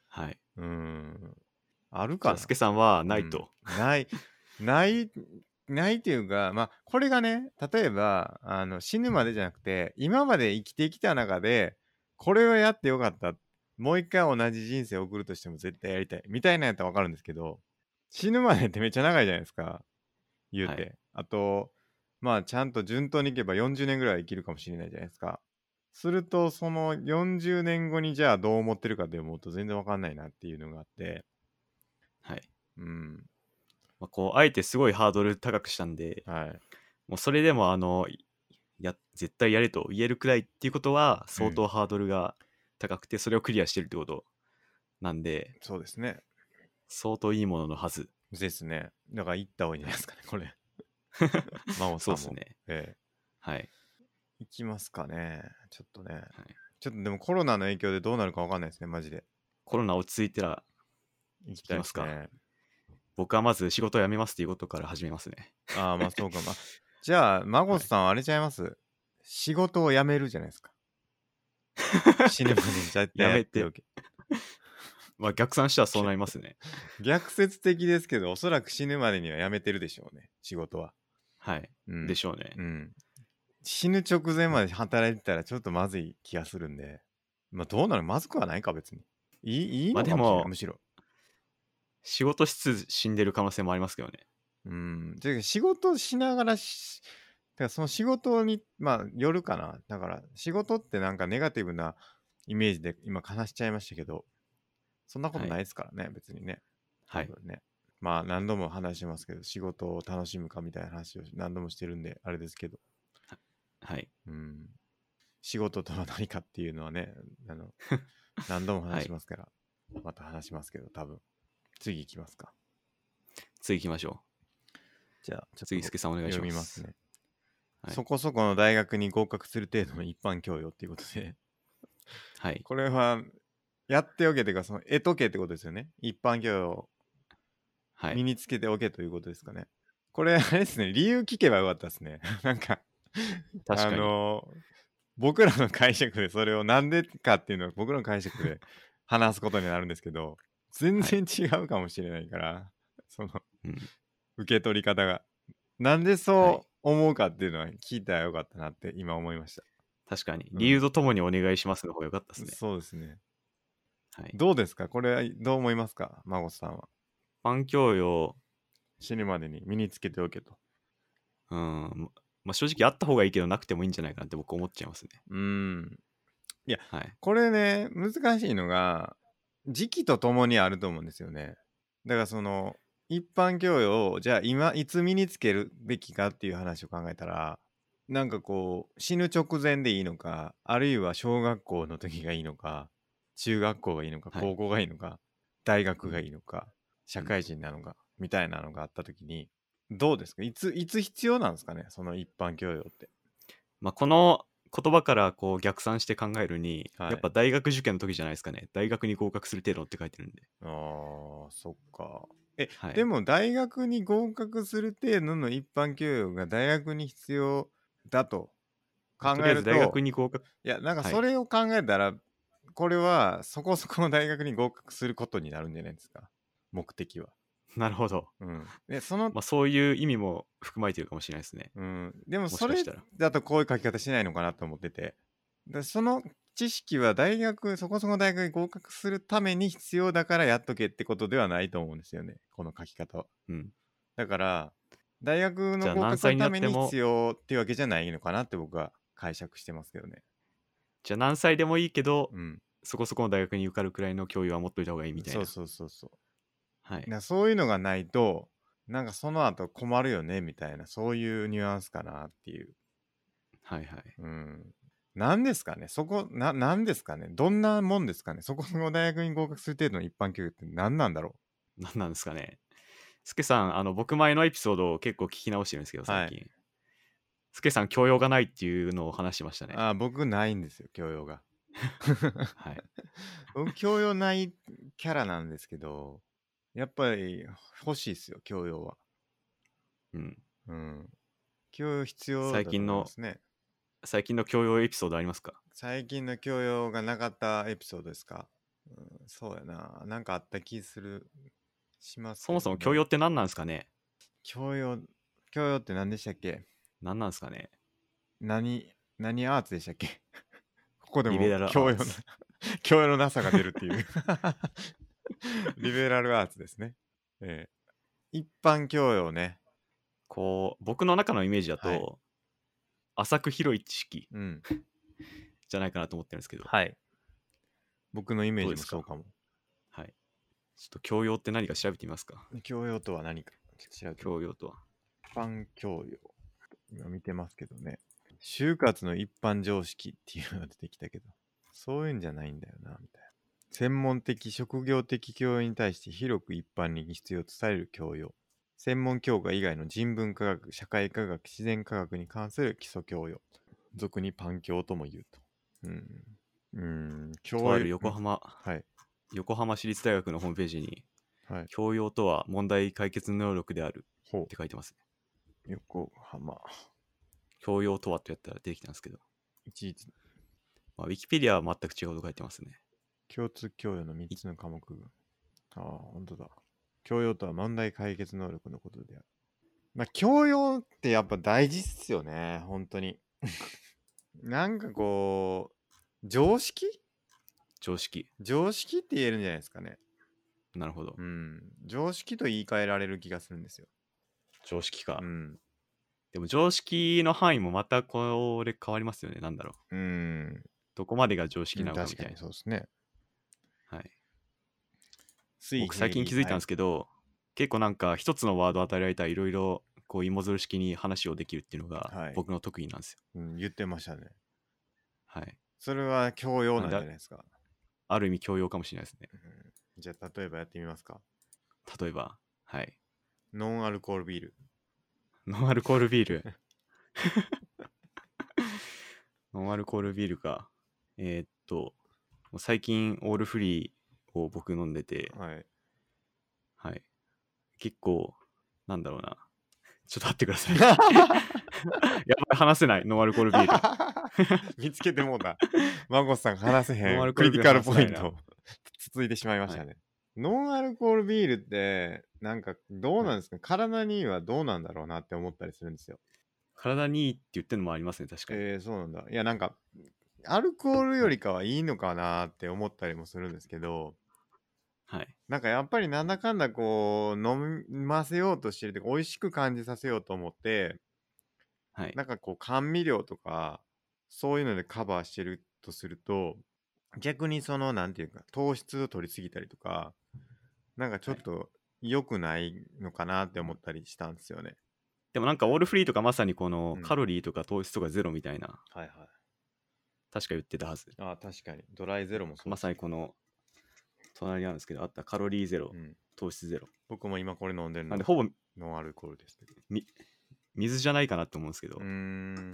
B: はい。
A: うん。あるか
B: か
A: な
B: すけさんはないと。
A: うんないないないっていうかまあこれがね例えばあの死ぬまでじゃなくて今まで生きてきた中でこれをやってよかったもう一回同じ人生を送るとしても絶対やりたいみたいなやったら分かるんですけど死ぬまでってめっちゃ長いじゃないですか言うて、
B: は
A: あとまあちゃんと順当にいけば40年ぐらいは生きるかもしれないじゃないですかするとその40年後にじゃあどう思ってるかって思うと全然分かんないなっていうのがあって
B: はい。
A: うん
B: まあ、こう、あえてすごいハードル高くしたんで、
A: はい
B: もうそれでも、あの、いや、絶対やれと言えるくらいっていうことは、相当ハードルが高くて、それをクリアしてるってことなんで、
A: そうですね。
B: 相当いいもののはず。
A: ですね。だから行った方がいいんじゃないですかね、こ れ。真央さ
B: そ
A: ん
B: う
A: も。
B: ですね。
A: ええ
B: はい。
A: 行きますかね。ちょっとね。ちょっとでもコロナの影響でどうなるかわかんないですね、マジで。
B: コロナ落ち着いたら、
A: 行きたいです
B: 行き
A: ね。
B: 僕はまず仕事を辞めますっていうことから始めますね。
A: ああ、まあそうか。 まあ、じゃあ、孫さんはあれちゃいます、仕事を辞めるじゃないです か。死ぬまでに絶対やっておけ。
B: まあ、逆算したらそうなりますね。
A: 逆説的ですけど、おそらく死ぬまでには辞めてるでしょうね、仕事は。
B: はい。
A: うん、
B: でしょうね。
A: うん、死ぬ直前まで働いてたらちょっとまずい気がするんで、まあ、どうなるまずくはないか別にいいいい
B: ま
A: のかもしれない、
B: あでも
A: むしろ
B: 仕事しつつ死んでる可能性もありますけどね。
A: うんていうか仕事しながらしからその仕事に、まあ、よるかな。だから、仕事ってなんかネガティブなイメージで今、話しちゃいましたけど、そんなこと
B: はい
A: ないですからね、別にね。
B: はい
A: 多。分ね。まあ、何度も話してますけど、仕事を楽しむかみたいな話を何度もしてるんで、あれですけど、
B: はい。
A: うん。仕事とは何かっていうのはね、 あ の、何度も話しますから、また話しますけど、多分。次行きますか。
B: 次行きましょ
A: じゃあ、ち
B: う。次、すけさんお願いします。
A: 読みますね、
B: はい
A: そこそこの大学に合格する程度の一般教養っていうことで、
B: はい。
A: これは、やっておけというか、その、得とけってことですよね。一般教養を
B: は
A: 身
B: い。
A: につけておけということですかね。これ、あれですね、理由聞けばよかったですね。 なんか、
B: 確か
A: あ
B: に。
A: のー僕らの解釈でそれをなんでかっていうのを僕らの解釈で 話すことになるんですけど、全然違うかもしれないから、その、
B: うん
A: 受け取り方が。なんで
B: はい
A: そう思うかっていうのは聞いたらよかったなって今思いました。
B: 確かに。
A: うん
B: 理由とともにお願いしますの方が良かったですね。
A: そうですね。
B: はい。
A: どうですかこれはどう思いますか孫さんは。
B: パン教養、
A: 死ぬまでに身につけておけと。
B: うん。まあ、正直あった方がいいけど、なくてもいいんじゃないかなって僕思っちゃいますね。
A: うん。
B: はい。
A: これね、難しいのが、時期とともにあると思うんですよね。だからその、一般教養を、じゃあ今、いつ身につけるべきかっていう話を考えたら、なんかこう、死ぬ直前でいいのか、あるいは小学校の時がいいのか、中学校がいいのか、
B: はい
A: 高校がいいのか、大学がいいのか、社会人なのか、みたいなのがあった時に、どうですかいつ、いつ必要なんですかねその一般教養って。
B: まあ、この言葉からこう逆算して考えるに、
A: はい
B: やっぱ大学受験の時じゃないですかね。大学に合格する程度って書いてるんで。
A: あー、そっか。え、
B: はい、
A: でも大学に合格する程度の一般教養が大学に必要だと考
B: とりあ
A: え
B: え
A: る
B: ず
A: と
B: 大学に合格。
A: いやなんか
B: はい
A: それを考えたら、これはそこそこの大学に合格することになるんじゃないですか目的は。
B: なるほど。
A: うん、でその、
B: まあ、そういう意味も含まれてるかもしれないですね。
A: うん、でも
B: もし
A: そ
B: か
A: れ
B: したら
A: だとこういう書き方しないのかなと思っててでその知識は大学そこそこの大学に合格するために必要だからやっとけってことではないと思うんですよねこの書き方は。
B: うん。
A: だから大学
B: じゃ
A: の合
B: あ何
A: 格
B: 歳
A: のた
B: になっ
A: め
B: ても
A: に必要っていうわけじゃないのかなって僕は解釈してますけどね。
B: じゃあ何歳でもいいけど、
A: うん。
B: そこそこの大学に受かるくらいの教養は持っといた方がいいみたい
A: そ
B: な。
A: うそうそうそう。
B: はい
A: だか。らそういうのがないとなんかその後困るよねみたいなそういうニュアンスかなっていう。
B: はいはい。
A: うん。何ですかねそこな何ですかねどんなもんですかねそこの大学に合格する程度の一般教育って何なんだろ
B: 何なんですかね。すけさん、あの僕前のエピソードを結構聞き直してるんですけど、
A: はい
B: 最近。す、け、さん、教養がないっていうのを話してました
A: う、
B: ね。
A: ああ僕ないんですよ教養が。
B: はい、
A: 僕教養ないキャラなんですけどやっぱり欲しいですよ教養は。
B: うん。
A: うん。教養必要だ
B: 最
A: と思い
B: 近の
A: ますね。
B: 最近の教養エピソードありますか
A: 最近の教養がなかったエピソードですか、うん、そうやな。なんかあった気する、しますけど
B: そ
A: ね、
B: もそも教養って何なんですかね
A: 教養、教養って何でしたっけ
B: 何なんですかね
A: 何、何アーツでしたっけ ここでも
B: リベラルアーツ
A: 教養の、 教養のなさが出るっていう。 リベラルアーツですね。ええ一般教養ね。
B: こう、僕の中のイメージだと、
A: はい
B: 浅く広い知識
A: うん。
B: じゃないかなと思ってるんですけど、
A: はい。僕のイメージ
B: ど
A: も
B: うですか
A: そうかも。
B: はい。ちょっと教養って何か調べてみますか
A: 教養とは何か。違う
B: 教養とは。
A: 一般教養。今見てますけどね。就活の一般常識っていうのが出てきたけど、そういうんじゃないんだよな、みたいな。専門的、職業的教養に対して広く一般に必要とされる教養。専門教科以外の人文科学、社会科学、自然科学に関する基礎教養。俗にパン教とも言うと。うん。うん、教
B: とある横浜、
A: はい。
B: 横浜市立大学のホームページに、
A: はい。
B: 教養とは問題解決能力である
A: ほ
B: って書いてます
A: う。
B: ね。
A: 横浜。
B: 教養とはとやったら出てきたんですけど、
A: 一律
B: まあ、ウィキペディアは全く違うこと書いてますね。
A: 共通教養の3つの科目。ああ、本当だ。教養とは問題解決能力のことである。まあ、教養ってやっぱ大事っすよね、本当に。 なんかこう、常識
B: 常識。
A: 常識って言えるんじゃないですかね。
B: なるほど
A: う。ん。常識と言い換えられる気がするんですよ。
B: 常識か。
A: うん。
B: でも常識の範囲もまたこれ変わりますよね。なんだろう。
A: うん。
B: どこまでが常識なのかみ
A: 確
B: た
A: か
B: いな
A: に。そうですね。
B: はい、
A: 水
B: 僕最近気づいたんですけど、結構なんか一つのワード与えられたらいろいろこう芋づる式に話をできるっていうの
A: は
B: が
A: い
B: 僕の特技なんですよ。
A: ど、うん言ってましたね。
B: はい。
A: それは教養なんじゃないですか。
B: ある意味教養かもしれないですね。
A: うんじゃあ、例えばやってみますか。
B: 例えば、はい。
A: ノンアルコールビール。
B: ノンアルコールビール。ノンアルコールビールか。えーっと、もう最近オールフリーを僕飲んでて、
A: はい。
B: はい。結構、なんだろうな。ちょっと待ってく ださい。やばい、話せない。ノンアルコールビール。
A: 見つけてもうた。マンゴスさんが話せへ
B: ノンア
A: ん。
B: ルコ
A: ク
B: ー
A: リ
B: ル
A: テ
B: ビ
A: ィ
B: ール
A: カルポイン
B: 話せな
A: ト
B: い。
A: つついてしまいましたね。ノンアルコールビールって、なんかどうなんですか、体にはどうなんだろうなって思ったりするんですよ。
B: 体にいいって言ってるのもありますね、確かに。
A: えー、そうなんだ。いや、なんか、アルコールよりかはいいのかなって思ったりもするんですけど、
B: はい。
A: なんかやっぱりなんだかんだこう、飲ませようとしてるというか、美味しく感じさせようと思って、
B: はい。
A: なんかこう、甘味料とか、そういうのでカバーしてるとすると、逆にその、なんていうか、糖質を取りすぎたりとか、なんかちょっと良くないのかなって思ったりしたんですよね。
B: でもなんかオールフリーとかまさにこの
A: うん
B: カロリーとか糖質とかゼロみたいな、
A: はいはい。
B: 確か言ってたはず。
A: ああ、確かに。ドライゼロもそう。
B: まさにこの、隣なんですけど、あったカロリーゼロ
A: う、ん。
B: 糖質ゼロ。
A: 僕も今これ飲んでる
B: な
A: の
B: んで、ほぼ
A: ノンアルコールですけど。
B: 水じゃないかなと思うんですけど、
A: うーん。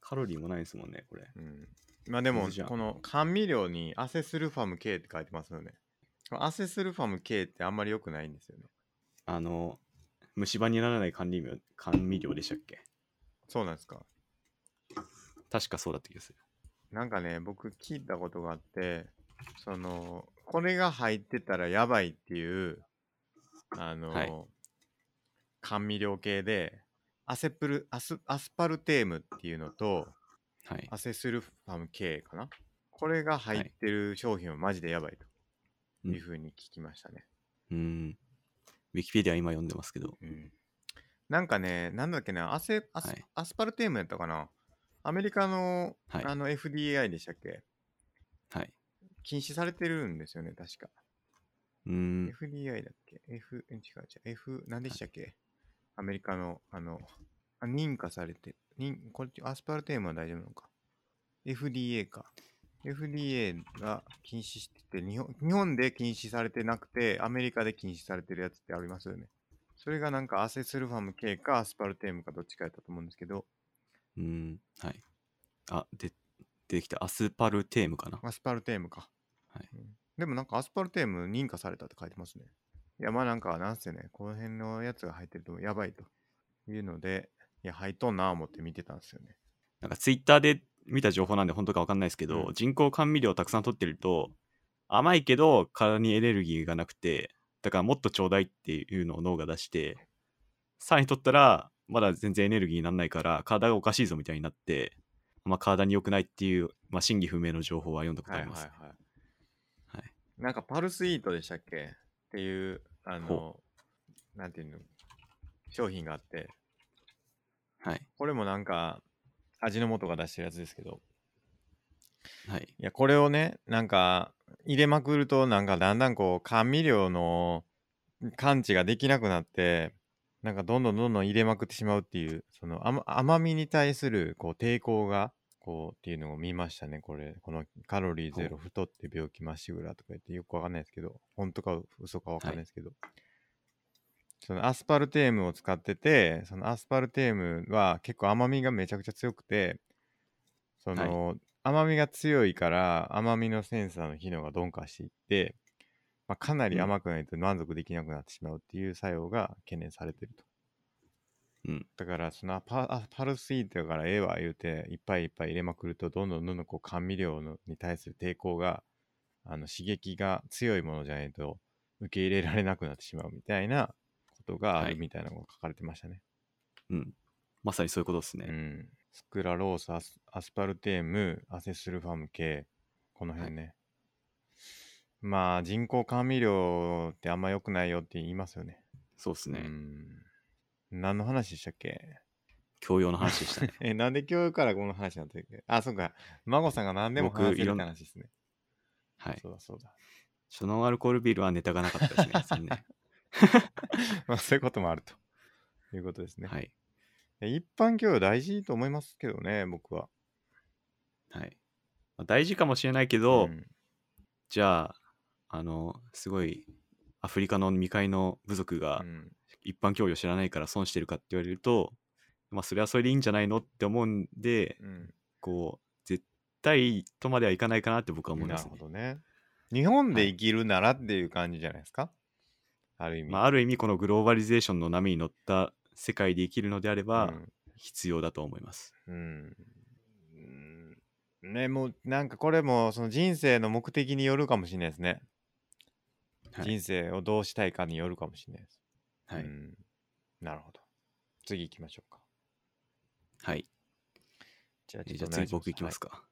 B: カロリーもないですもんね、これ。
A: うんまあでも
B: 水じゃ、ん
A: この甘味料にアセスルファム K って書いてますよね。このアセスルファム K ってあんまり良くないんですよね。
B: あの、虫歯にならない甘味料甘味料でしたっけ
A: そうなんですか。
B: 確かそうだった気がする。
A: なんかね、僕聞いたことがあって、その、これが入ってたらやばいっていう、あの、
B: はい
A: 甘味料系で、アセプルアス、アスパルテームっていうのと、
B: はい。
A: アセスルファム K かなこれが入ってる商品はマジでやばいというふうに聞きましたね。
B: うーん。ウィキペディア今読んでますけど、
A: うんなんかね、なんだっけな、アセアス,、
B: はい
A: アスパルテームやったかなアメリカの,、
B: はい
A: あの FDI でしたっけ
B: はい。
A: 禁止されてるんですよね、確か。
B: うーん。
A: FDI だっけ ?F、違う違う。F、何でしたっけ、アメリカの、あの、あ認可されて、認これ、アスパルテームは大丈夫なのか。FDA か。FDA が禁止してて日本、日本で禁止されてなくて、アメリカで禁止されてるやつってありますよね。それがなんかアセスルファム K かアスパルテームかどっちかやったと思うんですけど、
B: うーん。はい。あ、で、出てきた。アスパルテームかな。
A: アスパルテームか。
B: はい
A: うんでもなんかアスパルテーム認可されたって書いてますね。いや、まあなんか、なんせね、この辺のやつが入ってるとやばいというので、いや、入っとんなぁ思って見てたんですよね。
B: なんかツイッターで見た情報なんで本当かわかんないですけど、
A: うん
B: 人工甘味料をたくさん取ってると甘いけど体にエネルギーがなくてだからもっとちょうだいっていうのを脳が出してさらに取ったらまだ全然エネルギーにならないから体がおかしいぞみたいになって、まあ、体に良くないっていう、まあ、真偽不明の情報は読んだことあります、はい
A: いなんか、パルスイートでしたっけっていう、あの
B: ほ、
A: なんていうの、商品があって、これもなんか、味の素が出してるやつですけど、
B: はいはい
A: いや、これをね、なんか、入れまくると、なんか、だんだんこう、甘味料の感知ができなくなって、なんか、どんどんどんどん入れまくってしまうっていう、その甘、甘みに対する、こう、抵抗が、こう、っていうのを見ましたね、これ。この、カロリーゼロ、太って病気まっしぐらとか言って、よくわかんないですけど、本当か嘘かわかんないですけど、そのアスパルテームを使ってて、そのアスパルテームは結構甘みがめちゃくちゃ強くて、その、甘みが強いから甘みのセンサーの機能が鈍化していって、まあ、かなり
B: うん
A: 甘くないと満足できなくなってしまうっていう作用が懸念されてると。
B: うん
A: だからそのパあパルスイートやからええわ言うていっぱいいっぱい入れまくるとどんどんどんどんこう甘味料のに対する抵抗があの刺激が強いものじゃないと受け入れられなくなってしまうみたいなことがあ
B: は
A: る
B: い
A: みたいなのが書かれてましたね。
B: うんまさにそういうことですね、
A: うん、スクラロースアス、アスパルテーム、アセスルファム系、この辺ね。まあ、人工甘味料ってあんま良くないよって言いますよね。
B: そうですね、
A: うん。何の話でしたっけ。
B: 教養の話でしたね
A: え、なんで今日からこの話になってるっけあ、そうか。孫さんが何でも
B: 僕
A: 話せ
B: い
A: る
B: ろ
A: っ
B: ん
A: て話ですね。
B: はい。
A: そうだそうだ。
B: そのアルコールビールはネタがなかったですね。残念
A: まあそういうこともあると。いうことです ね。
B: はい。
A: え一般教養大事と思いますけどね、僕は。
B: はい。まあ大事かもしれないけど、
A: ん
B: じゃあ、あの、すごい、アフリカの未開の部族が
A: うん
B: 一般教養知らないから損してるかって言われると、まあ、それはそれでいいんじゃないのって思うんで、
A: うん
B: こう、絶対とまではいかないかなって僕は思いま
A: なる
B: す、ね
A: ほ。どね。日本で生きるならっていう感じじゃないですか。ある意味。
B: まあ、ある意味、このグローバリゼーションの波に乗った世界で生きるのであれば、必要だと思います。
A: うん。うんね、もうなんかこれもその人生の目的によるかもしれないですね。
B: はい。
A: 人生をどうしたいかによるかもしれないです。
B: は
A: う
B: い。
A: んなるほど。次行きましょうか。
B: はい、
A: じゃあ
B: えー
A: ち
B: じ
A: ょっ
B: ゃあ
A: とお願
B: 次僕い
A: い
B: き
A: しま
B: ますす。か、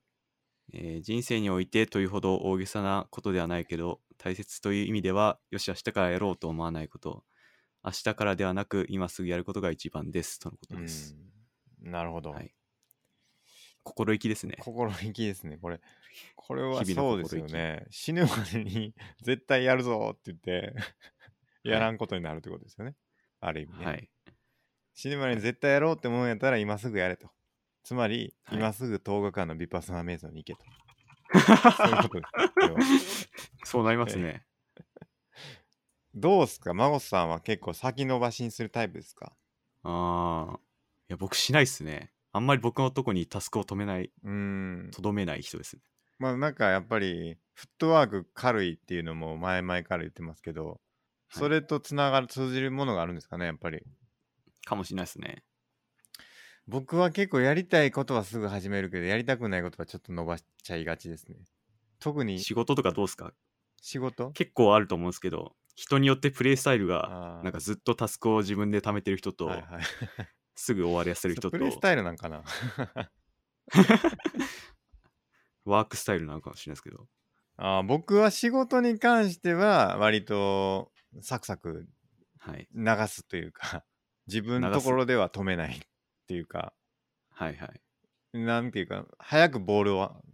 B: えー人生においてというほど大げさなことではないけど、大切という意味では、よし、明日からやろうと思わないこと。明日からではなく、今すぐやることが一番です。とのこと
A: はい
B: です。
A: うんなるほど。
B: はい心意気ですね。
A: 心意気ですね、これ。これは
B: 日々の
A: そうですよ
B: 心意気
A: ね。死ぬまでに 絶対やるぞって言って、やらんことになるってことですよね。ある意味ね。
B: はい。
A: 死ぬまでに絶対やろうって思うんやったら今すぐやれと。つまり、
B: はい
A: 今すぐ10日間のビパスナ瞑想に行けと。そういうことですこれは。
B: そうなりますね。
A: どうすか孫さんは結構先延ばしにするタイプですか
B: ああ。いや、僕しないっすね。あんまり僕のとこにタスクを止めない、
A: うーん。
B: とどめない人ですね。
A: まあなんかやっぱりフットワーク軽いっていうのも前々から言ってますけど、
B: い
A: それとつながる通じるものがあるんですかねやっぱり
B: かもしれないですね。
A: 僕は結構やりたいことはすぐ始めるけどやりたくないことはちょっと伸ばしちゃいがちですね特に
B: 仕事とかどうっすか
A: 仕事
B: 結構あると思うんですけど、人によってプレイスタイルが、
A: あー
B: なんかずっとタスクを自分で貯めてる人と、
A: はいはい
B: すぐ終わりやする人と
A: プレイスタイルなんか な
B: ワークスタイルなのかもしれないですけど
A: あー僕は仕事に関しては割とサクサク
B: はい
A: 流すというか 自分の
B: 流
A: と
B: す
A: ころでは止めないっていうか
B: はいはい
A: なんていうか、早くボールを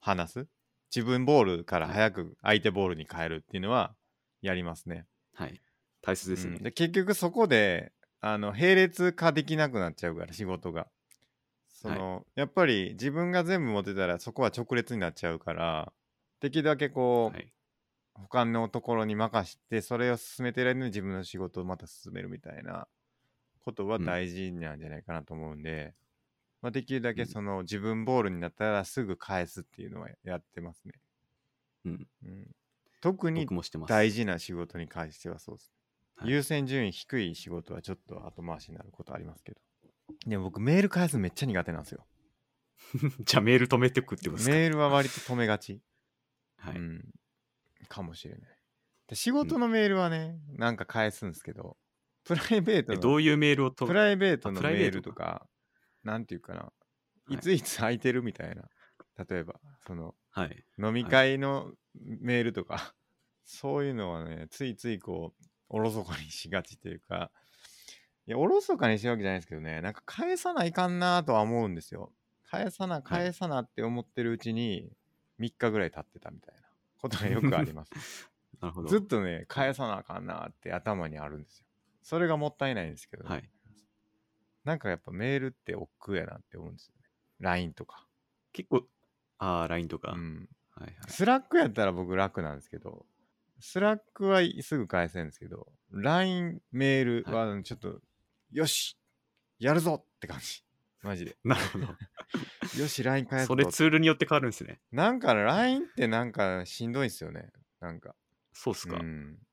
A: 離す。自分ボールから早く相手ボールに変えるっていうのはやりますね。
B: はい大切ですね、
A: うんで結局そこであの並列化できなくなっちゃうから仕事が。そのやっぱり自分が全部持ってたらそこは直列になっちゃうからできるだけこう、
B: はい
A: 他のところに任してそれを進めてる間に自分の仕事をまた進めるみたいなことは
B: うん
A: 大事なんじゃないかなと思うんで、まあ、できるだ
B: う
A: け
B: ん
A: その自分ボールになったらすぐ返すっていうのはやってますね、
B: うん、
A: うん、特に
B: 僕もしてます
A: 大事な仕事に関してはそうです、
B: はい
A: 優先順位低い仕事はちょっと後回しになることありますけどでも僕メール返すのめっちゃ苦手なんですよ
B: じゃあメール止めてくってことですか
A: メールは割と止めがち
B: はい、
A: うん、かもしれないで仕事のメールはね、なんか返すんですけどプライベート
B: えど
A: の
B: ういうメールをと
A: プライベートの
B: あプ
A: メ
B: ライベ
A: ー
B: ー
A: ル
B: ト
A: と
B: か
A: かなんていうかな、
B: い
A: い、ついつ空いてるみたいな例えばその
B: はい
A: 飲み会のメールとか、 そういうのはねついついこうおろそかにしがちというかいやおろそかにしてるわけじゃないですけどねなんか返さないかんなとは思うんですよ返さな返さなって思ってるうちに3日ぐらい経ってたみたいなことがよくあり ます
B: なるほど
A: ずっとね、返さなあかんなって頭にあるんですよ。それがもったいないんですけどね、
B: はい
A: なんかやっぱメールって億劫やなって思うんですよね。LINE とか。
B: 結構ああ LINE とか、
A: うん。
B: はい はい
A: スラックやったら僕楽なんですけど、スラックはいすぐ返せるんですけど、LINE、メールはちょっと、よしやるぞって感じ。マジで。
B: なるほど
A: よし、LINE 返すぞ
B: それツールによって変わるんですね
A: なんか LINE ってなんかしんどいんですよね。なんか。
B: そうっすか、
A: うん。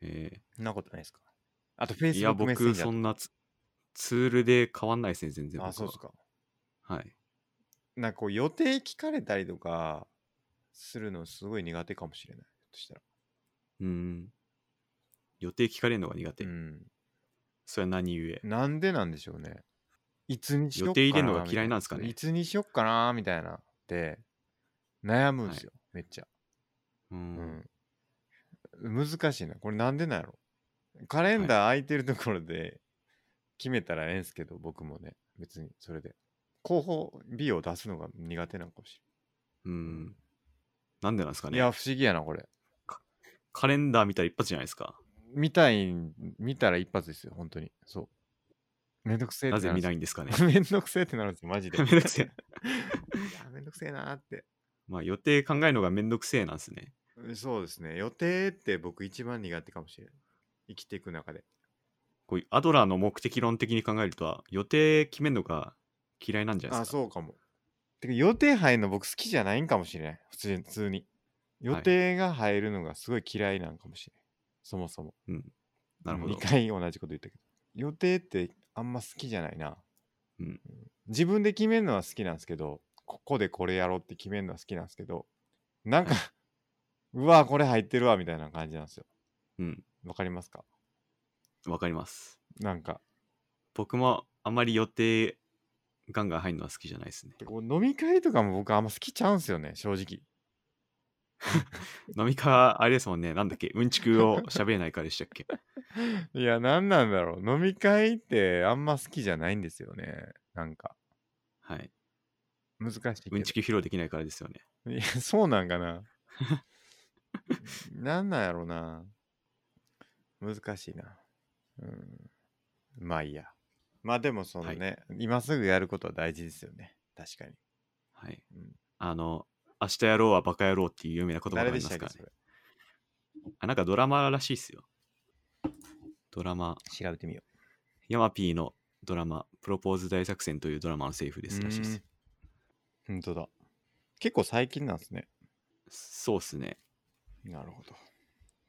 B: えー
A: そんなことないですか。あと
B: いや
A: Facebook メッセ
B: 僕
A: ンジャ
B: そ
A: ー
B: んなツツールで変わんないですね全然
A: と
B: 僕
A: か。あ、そ
B: は
A: うですか。
B: はい
A: なんかこう予定聞かれたりとかするのすごい苦手かもしれない。ひょっとしたら。
B: うん予定聞かれるのが苦手、
A: うん。
B: それは何故
A: なんでなんでしょうね。いつにしよっかな
B: 予定入れるのが嫌いなんですかね
A: みたいいつにしよっかなみたいなって悩むんですよ、めっちゃ。
B: うん
A: うん。難しいな。これなんでなんやろ。カレンダー空いてるところで決めたらええんすけど、僕もね、別にそれで。候補 B を出すのが苦手なのかもし
B: うん。なんでなんですか
A: れん。い
B: ね。
A: や、不思議やな、これ。
B: カレンダー見たら一発じゃないですか。
A: 見たい、見たら一発ですよ、本当に。そう。めんどくせえ
B: な
A: って
B: ぜ
A: なるん
B: 見
A: で
B: な
A: す
B: いんですかね。
A: よ。 めんどくせえってなるんですよ、マジで。
B: めんどくせえ。
A: いやめんどくせえなーって。
B: まあ予定考えるのがめんどくせえなんですね。
A: そうですね。予定って僕一番苦手かもしれない。生きていく中で。
B: こういうアドラーの目的論的に考えると、予定決めるのが嫌いなんじゃない
A: あ、
B: ですか。
A: そうかも。てか予定入るの僕好きじゃないんかもしれない。普通に普通に。予定が入るのがすごい嫌いなんかもしれない。そもそも。
B: なるほど
A: 2。回同じこと言ったけど。予定ってあんま好きじゃないな。
B: うん
A: 自分で決めるのは好きなんですけど、ここでこれやろうって決めるのは好きなんですけど、なんか、 うわ、これ入ってるわ、みたいな感じなんですよ。
B: うん。
A: わかりますか
B: わかります。
A: なんか、
B: 僕もあまり予定ガンガン入るのは好きじゃないで すね。
A: でこう飲み会とかも僕あんま好きちゃうんすよね、正直。
B: 飲み会はあれですもんね。なんだっけうんちく を喋れないからでしたっけ
A: いや、なんなんだろう。飲み会ってあんま好きじゃないんですよね。なんか、
B: はい。
A: 難しいけど。
B: うんちく披露できないからですよね。
A: いや、そうなんか な。なんなんやろな。難しいな。うん。まあいいや。まあでもそのね、今すぐやることは大事ですよね。確かに。
B: はい。
A: うん
B: あの、明日やろうはバカやろうっていう有名な言葉があ
A: 誰
B: り
A: で
B: ま
A: した
B: す
A: っ
B: か
A: け
B: ら
A: そ
B: ね
A: れ。
B: あ、なんかドラマらしいっすよ。ドラマ、
A: 調べてみよ
B: ヤマピーのドラマ、プロポーズ大作戦というドラマのセリフ
A: う。
B: ですらしいっすよ。
A: ほんとだ。結構最近なんですね。
B: そうっすね。
A: なるほど。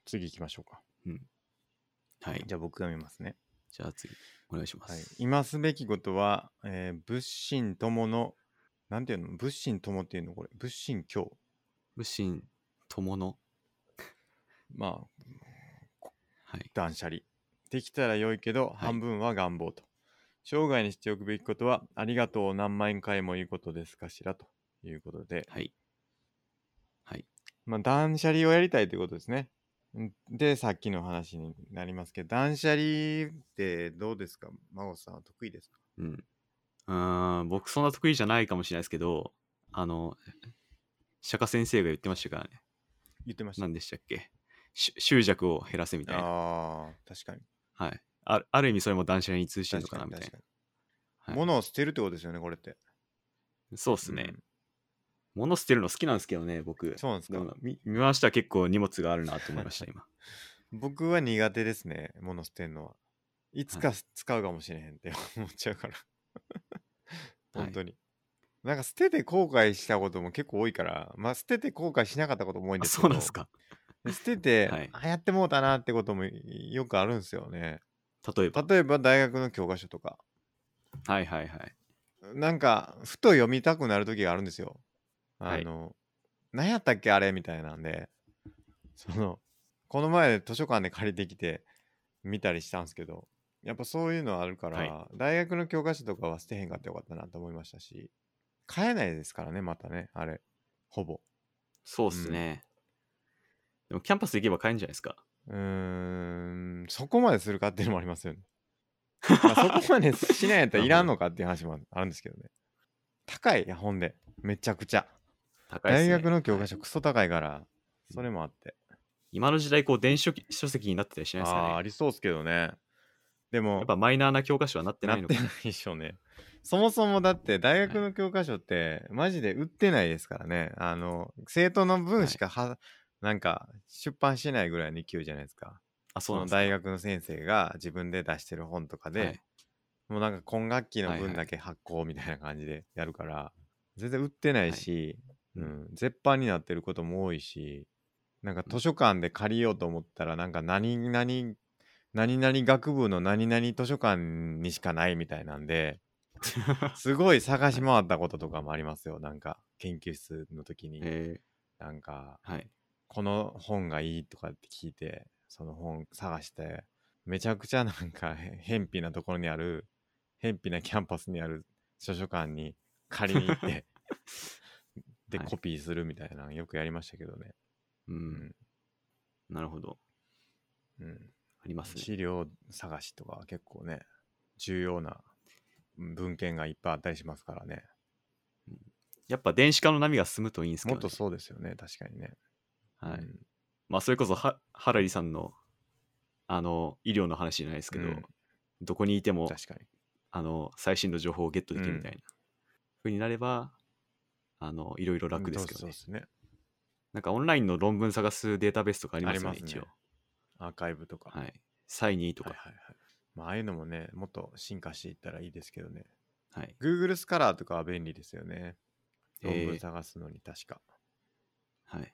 A: 次行きましょうか。
B: はい。
A: じゃあ僕が見ますね。
B: じゃあ次、お願いしま
A: はい
B: す。、
A: 今すべきことは、えー仏心ともの、なんていうの仏心ともっていうのこれ、仏心教。
B: 無心友の、
A: まあ、
B: はい。
A: 断捨離。できたら良いけど、
B: い
A: 半分は願望と。生涯にしておくべきことは、ありがとうを何万回も言うことですかしらということで、
B: はい。はい。
A: まあ、断捨離をやりたいということですね。んで、さっきの話になりますけど、断捨離ってどうですか孫さんは得意ですか
B: うん。うーん、僕そんな得意じゃないかもしれないですけど、あの、釈迦先生が言ってましたからね。
A: 言ってました。
B: 何でしたっけし執着を減らせみたいな。
A: ああ、確かに。
B: はい。あある意味それも断捨離に通じてる
A: 確
B: のか
A: か
B: な
A: に
B: みたい
A: 確かに。
B: な。はい、
A: 物を捨てるってことですよね、これって。
B: そうっすね、物捨てるの好きなんですけどね、僕。
A: そうなんですか
B: でも見見ました結構荷物があるなと思いました、 今。
A: 僕は苦手ですね、物捨てんのは。いつか使うかもしれへんって 思っちゃうから。
B: はい
A: 本当に。なんか捨てて後悔したことも結構多いから、まあ捨てて後悔しなかったことも多いん
B: あ
A: ですけ
B: そう
A: ど、
B: なんですか。
A: で捨てて、
B: はい
A: あやってもうたなってこともよくあるんですよね。
B: 例えば。
A: 例えば大学の教科書とか、
B: はいはいはい。
A: なんかふと読みたくなる時があるんですよ。あ
B: はい
A: の、何やったっけあれみたいなんで、 その、この前図書館で借りてきて見たりしたんですけど、やっぱそういうのあるから、
B: は
A: 大学の教科書とかは捨てへんかってよかったなと思いましたし、買えないですからね、またね、あれ、ほぼ。
B: そうっすね。でもキャンパス行けば買えるんじゃないですか。
A: うーん、そこまでするかっていうのもあります よね。まあそこまでしないやったらいらんのかっていう話もあるんですけどね。高い、ほんで、めちゃくちゃ。
B: 高いっす
A: 大
B: ね
A: 学の教
B: は
A: 科
B: い
A: 書クソ高いから、それもあって。
B: 今の時代、こう、電子書籍書籍になってたりしないです
A: ああー、
B: か
A: あ
B: ね。
A: りそうっすけどね。でも、
B: やっぱマイナーな教科書はなって
A: な
B: な
A: っ
B: いの
A: て
B: か
A: ないでしょうね。そもそもだって大学の教科書ってマジで売ってないですからね。あの、生徒の分しかは、なんか出版しないぐらいの勢いじゃないですか。
B: あ、そ
A: そう
B: なん
A: の
B: ですか。
A: 大学の先生が自分で出してる本とかで、
B: はい
A: もうなんか今学期の
B: はいは
A: 分
B: い
A: だけ発行みたいな感じでやるから、全然売ってない
B: はい
A: し、
B: うん
A: うん、絶版になってることも多いし、なんか図書館で借りようと思ったら、なんか何々、何々学部の何々図書館にしかないみたいなんで、 すごい探し回ったこととかもありますよ。なんか研究室の時に、
B: え
A: なんか
B: ーはい。
A: この本がいいとかって聞いて、その本探して、めちゃくちゃなんかへ偏僻なところにある、偏僻なキャンパスにある図書館に借りに行 って、で、
B: はい
A: コピーするみたいなのよくやりましたけどね。
B: うん。
A: ん
B: なるほど。
A: うん。
B: ありますね。
A: 資料探しとかは結構ね、重要なうん文献がいっぱいあったりしますからね。
B: やっぱ電子化の波が進むといいんですけ
A: もっ
B: ど、
A: と
B: ね。
A: そうですよね、確かにね。
B: は
A: う
B: い。
A: ん
B: まあ、それこそは、ハラリさんの、あの、医療の話じゃないですけど、
A: うん
B: どこにいても、
A: 確かに。
B: あの、最新の情報をゲットできるみたいな、風になれば、あの、いろいろ楽ですけど
A: そう
B: ね
A: で。すね。
B: なんかオンラインの論文探すデータベースとかありますよ
A: あ
B: ね、
A: ります
B: 一
A: ね
B: 応。
A: アーカイブとか。
B: はい。サイニーとか。
A: はいはいはいまあ、ああいうのもね、もっと進化していったらいいですけどね。
B: はい。
A: Google スカラーとかは便利ですよね。
B: えー
A: 論文探すのに確か。
B: はい。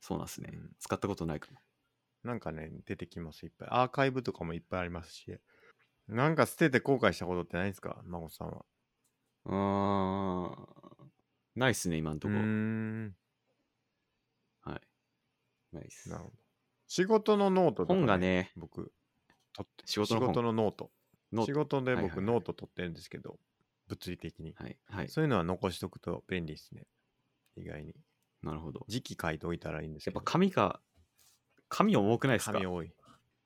B: そうなんですね、
A: うん
B: 使ったことないかも。
A: なんかね、出てきます、いっぱい。アーカイブとかもいっぱいありますし。なんか捨てて後悔したことってないですか孫さんは。
B: うーん。ないっすね、今んとこ。
A: うーん。
B: はい。ないっす
A: な。るほど。仕事のノートとか、
B: 本がね、
A: 僕、取って
B: 仕事の本
A: 仕事のノート。
B: ノー
A: 仕
B: ト
A: 事で
B: はいはい
A: 僕
B: はい
A: ノート取ってるんですけど、物理的に、
B: はい。はい。
A: そういうのは残しとくと便利ですね。意外に。
B: なるほど。
A: 時期書いておいたらいいんです
B: や
A: けど。
B: っぱ紙が、紙重くないですか
A: 紙多い。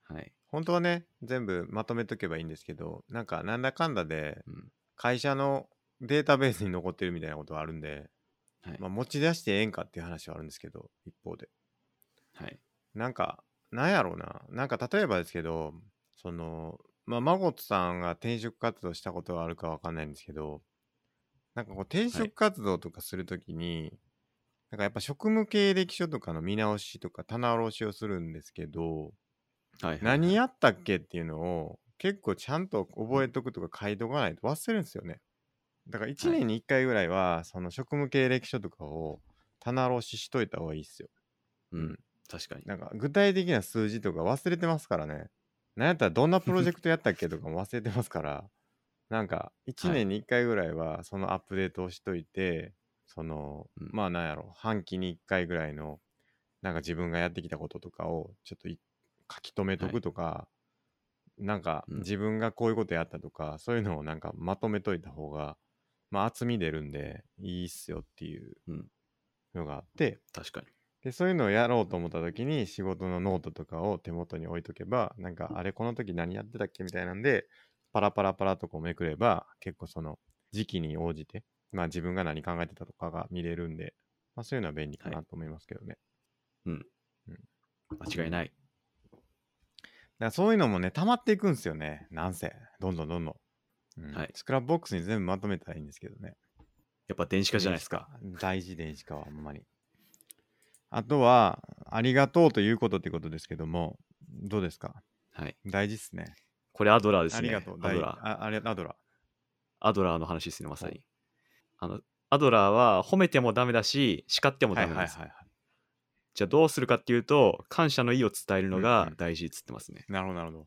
B: はい。
A: 本当はね、全部まとめとけばいいんですけど、なんかなんだかんだで
B: うん。
A: 会社のデータベースに残ってるみたいなことはあるんで、
B: はい。
A: まあ、持ち出してええんかっていう話はあるんですけど、一方で。
B: はい。
A: なんか、なんやろうな。なんか例えばですけど、その、まあ、マゴットさんが転職活動したことがあるかわかんないんですけど、なんかこう転職活動とかするときに、なんかやっぱ職務経歴書とかの見直しとか棚卸しをするんですけど、
B: はい。はい
A: 何やったっけっていうのを結構ちゃんと覚えとくとか書いとかないと忘れるんですよね。だから1年に1回ぐらいは、その職務経歴書とかを棚卸ししといた方がいいっすよ。
B: うん。確かに。
A: なんか具体的な数字とか忘れてますからね。なんやったらどんなプロジェクトやったっけとかも忘れてますから、なんか1年に1回ぐらいはそのアップデートをしといて、その、
B: うん
A: まあなんやろ、半期に1回ぐらいの、なんか自分がやってきたこととかをちょっとい書き留めとくとか、なんか
B: うん
A: 自分がこういうことやったとか、そういうのをなんかまとめといた方が、まあ厚み出るんでいいっすよっていう
B: うん
A: のがあって、
B: 確かに。
A: で、そういうのをやろうと思った時に仕事のノートとかを手元に置いとけば、なんかあれこの時何やってたっけみたいなんで、パラパラパラとこうめくれば、結構その時期に応じて、まあ自分が何考えてたとかが見れるんで、まあそういうのは便利かなと思いますけどね。
B: 間違いない。
A: だからそういうのもね、溜まっていくんですよね。なんせ。どんどんどんどん。うん
B: はい
A: スクラップボックスに全部まとめたらいいんですけどね。
B: やっぱ電子化じゃないですか。
A: 電子化。大事電子化はあんまり。あとは、ありがとうということってことですけども、どうですか
B: はい。
A: 大事っすね。
B: これアドラーですね。
A: ありがとう。
B: ア
A: 大
B: ド
A: 事
B: ラー。
A: ああれ、アドラ。
B: アドラーの話ですね、まさ
A: は
B: に。あの、アドラーは褒めてもダメだし、叱ってもダメなんですよ。
A: い。
B: じゃあどうするかっていうと、感謝の意を伝えるの
A: うん
B: が
A: うん
B: 大事っつってますね。
A: なるほど、なるほど。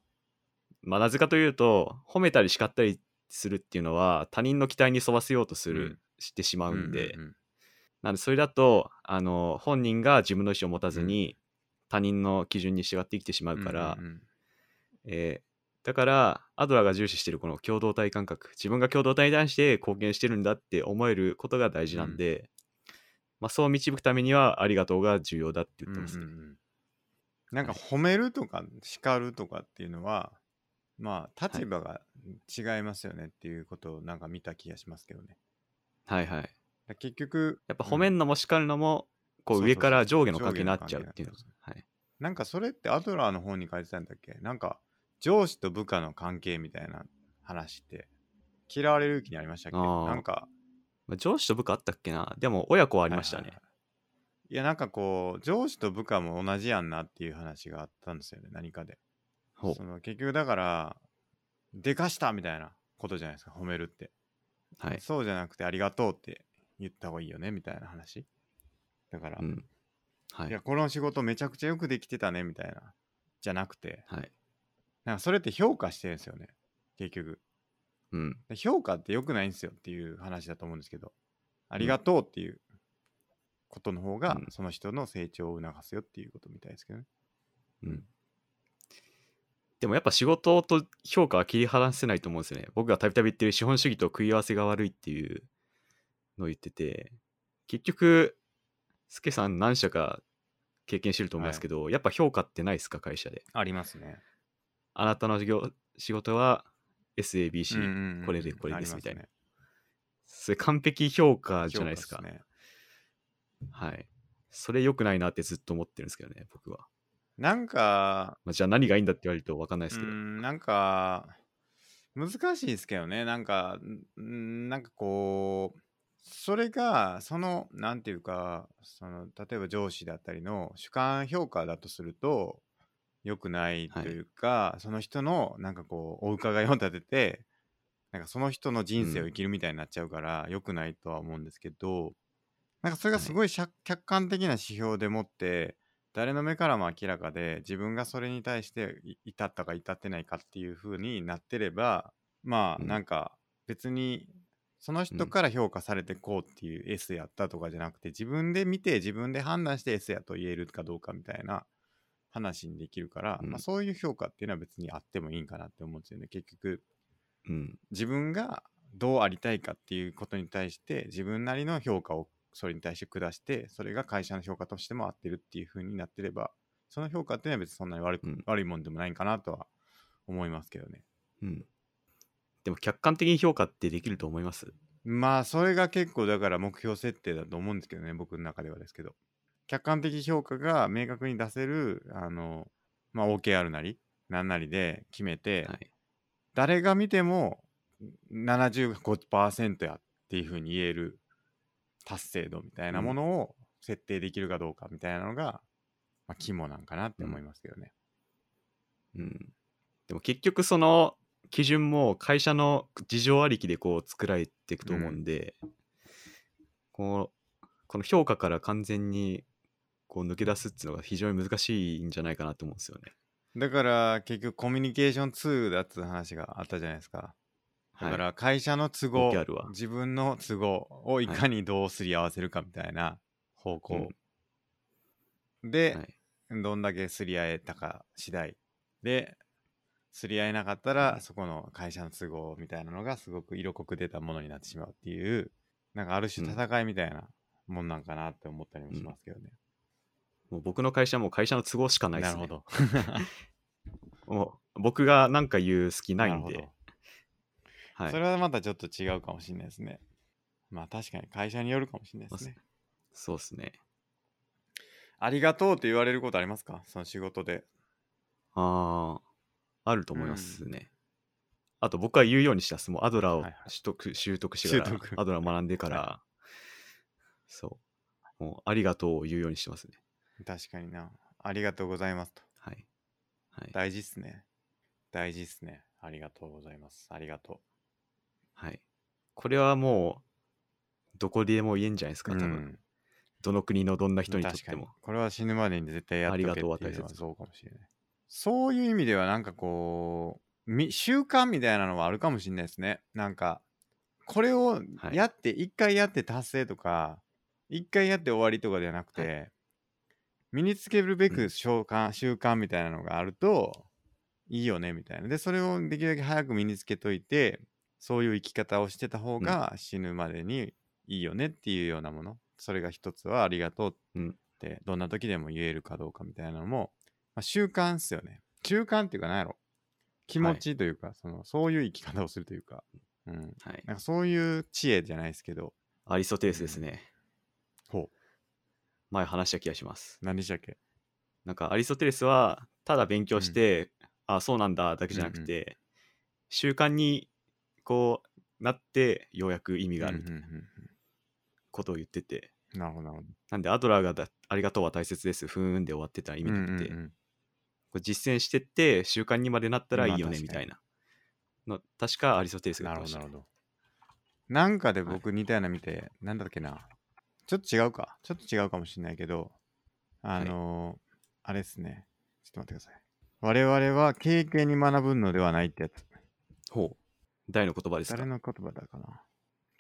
B: まあ、なぜかというと、褒めたり叱ったりするっていうのは、他人の期待に沿わせようとする、
A: うん
B: してしまうんで、
A: ううん
B: なんでそれだと、あの、本人が自分の意思を持たずに、他人の基準に従って生きてしま
A: う
B: うんから、
A: うんうん
B: えーだからアドラーが重視してるこの共同体感覚自分が共同体に対して貢献してるんだって思えることが大事なんで、まあ、そう導くためにはありがとうが重要だって言ってますね、
A: うんうんうんなんか褒めるとか叱るとかっていうのは、まあ、立場が違いますよねっていうことをなんか見た気がしますけどね。
B: はいはい
A: だ結局、
B: やっぱ褒めん
A: うん
B: のも叱るのもこう
A: そうそうそう
B: 上から上下の関係になっちゃうっていうの
A: 上下の
B: はい
A: なんかそれってアドラーの方に書いてたんだっけなんか上司と部下の関係みたいな話って嫌われる気にありましたっけ
B: あー
A: なんか
B: まあ、上司と部下あったっけなでも親子はありました
A: はい
B: ね
A: はいはい。いや、なんかこう、上司と部下も同じやんなっていう話があったんですよね、何かで。
B: ほう
A: その結局だから、でかしたみたいなことじゃないですか、褒めるって。
B: はい、
A: そうじゃなくて、ありがとうって言った方がいいよね、みたいな話。だから、
B: うんはいい
A: や、この仕事めちゃくちゃよくできてたね、みたいな。じゃなくて、
B: はい
A: なんかそれって評価してるんですよね、結局。
B: うん
A: で評価って良くないんですよっていう話だと思うんですけど、ありがとうっていうことの方が
B: う、ん
A: その人の成長を促すよっていうことみたいですけどね。
B: うんでもやっぱ仕事と評価は切り離せないと思うんですよね。僕がたびたび言ってる資本主義と食い合わせが悪いっていうのを言ってて、結局、スケさん何社か経験してると思いますけど、やっぱ評価ってないですか、会社で。
A: ありますね。
B: あなたの業仕事は SABC、
A: うんうんうん
B: これでこれですみたい
A: あ
B: な、
A: り
B: それ完璧評価
A: ますね
B: じゃないですか
A: 評価っね
B: はいそれ良くないなってずっと思ってるんですけどね僕は、
A: なんか、
B: まあ、じゃあ何がいいんだって言われると分かんないですけ
A: う
B: ど、
A: んなんか難しいですけどねなんかんなんかこうそれがそのなんていうかその例えば上司だったりの主観評価だとすると良くないというか、その人のなんかこうお伺いを立ててなんかその人の人生を生きるみたいになっちゃうから、良くないとは思うんですけどなんかそれがすごいしゃ客観的な指標でもって誰の目からも明らかで自分がそれに対してい至ったか至ってないかっていう風になってればまあ
B: うん
A: なんか別にその人から評価されてこうっていう S やったとかじゃなくて自分で見て自分で判断して S やと言えるかどうかみたいな話にできるから、
B: うん
A: まあ、そういう評価っていうのは別にあってもいいんかなって思うんですよね結局
B: うん
A: 自分がどうありたいかっていうことに対して自分なりの評価をそれに対して下してそれが会社の評価としても合ってるっていう風になってればその評価っていうのは別にそんなに悪く、
B: うん
A: 悪いもんでもないんかなとは思いますけどね
B: うんでも客観的に評価ってできると思います
A: まあそれが結構だから目標設定だと思うんですけどね僕の中ではですけど客観的評価が明確に出せるあのまあ OKR なり何なりで決めて、
B: はい
A: 誰が見ても75%やっていうふうに言える達成度みたいなものを設定できるかどうかみたいなのが、まあ、肝なんかなって思いますけどね。
B: うん、でも結局その基準も会社の事情ありきでこう作られていくと思うんで、こうこの評価から完全にこう抜け出すっていうのが非常に難しいんじゃないかなと思うんですよね。
A: だから結局コミュニケーションツールだって話があったじゃないですか。だか
B: はい、
A: ら会社の都合、
B: OKR は
A: 自分の都合をいかにどうすり合わせるかみたいな方向、で、
B: はい
A: どんだけすり合えたか次第で、すり合えなかったら、
B: うん
A: そこの会社の都合みたいなのがすごく色濃く出たものになってしまうっていう、なんかある種
B: うん
A: 戦いみたいなもんなんかなって思ったりもしますけどね。
B: もう僕の会社はもう会社の都合しかないで
A: な
B: す、
A: る
B: ね。
A: ほど。
B: もう僕が何か言う隙ないん
A: るほ
B: で
A: ど。
B: はい
A: それはまたちょっと違うかもしれないですね。まあ確かに会社によるかもしれないですね。
B: そうですね。
A: ありがとうって言われることありますかその仕事で。
B: ああ、あると思いますね。あと僕は言うようにしたっす。もうアドラーを
A: はい
B: 取
A: はい
B: 得、習得してか
A: 習
B: ら
A: 得、
B: アドラー学んでから、
A: は
B: そう。もうありがとうを言うようにしてますね。
A: 確かにな。ありがとうございますと。
B: はい。はい。
A: 大事っすね。大事っすね。ありがとうございます。ありがと
B: はい、これはもう、どこでも言えんじゃないです
A: う。
B: か、多分。
A: うん
B: どの国のどんな人にとっ
A: 確か
B: て
A: に
B: も。
A: これは死ぬまでに絶対やっとけっていうのは
B: ありがとうは大切
A: そうかもしれないそういう意味ではなんかこうみ習慣みたいなのはあるかもしれないですねなんかこれを
B: はい
A: やって一、回やって達成とか一回やって終わりとかじゃなくて、身につけるべ
B: う
A: く習慣、習慣みたいなのがあるといいよねみたいなでそれをできるだけ早く身につけといてそういう生き方をしてた方が死ぬまでにいいよねっていうようなもの、それが一つはありがとうってどんな時でも言えるかどうかみたいなのも、まあ、習慣っすよね習慣っていうか何やろ気持ちというか、そのそういう生き方をするというか,、うん、
B: はい。
A: なんかそういう知恵じゃないですけど
B: アリストテレスですね。
A: ほ
B: 前話した気がします。
A: う何でしたっけ
B: なんかアリストテレスはただ勉強して、あそうなんだだけじゃなくて、習慣にこうなってようやく意味があるみ
A: うんう
B: たい
A: ん
B: な
A: うん
B: ことを言ってて、
A: うんなるほどなるほ
B: なんでアドラーがだありがとうは大切ですふーんで終わってたら意
A: ど
B: 味なく
A: う
B: て、
A: んうんうん
B: こう実践してって習慣にまでなったらいいよ
A: まあ
B: ね
A: 確
B: み
A: か
B: た
A: に
B: いなの確かアリストテレスが
A: な
B: 言っ
A: る
B: て
A: ほ
B: まし
A: どな
B: たね、
A: るほどなんかで僕似たような見て、なんだっけなちょっと違うかちょっと違うかもしれないけどあのーあれですねちょっと待ってください我々は経験に学ぶのではないってやつ
B: ほう大の言葉ですか
A: 誰の言葉だかな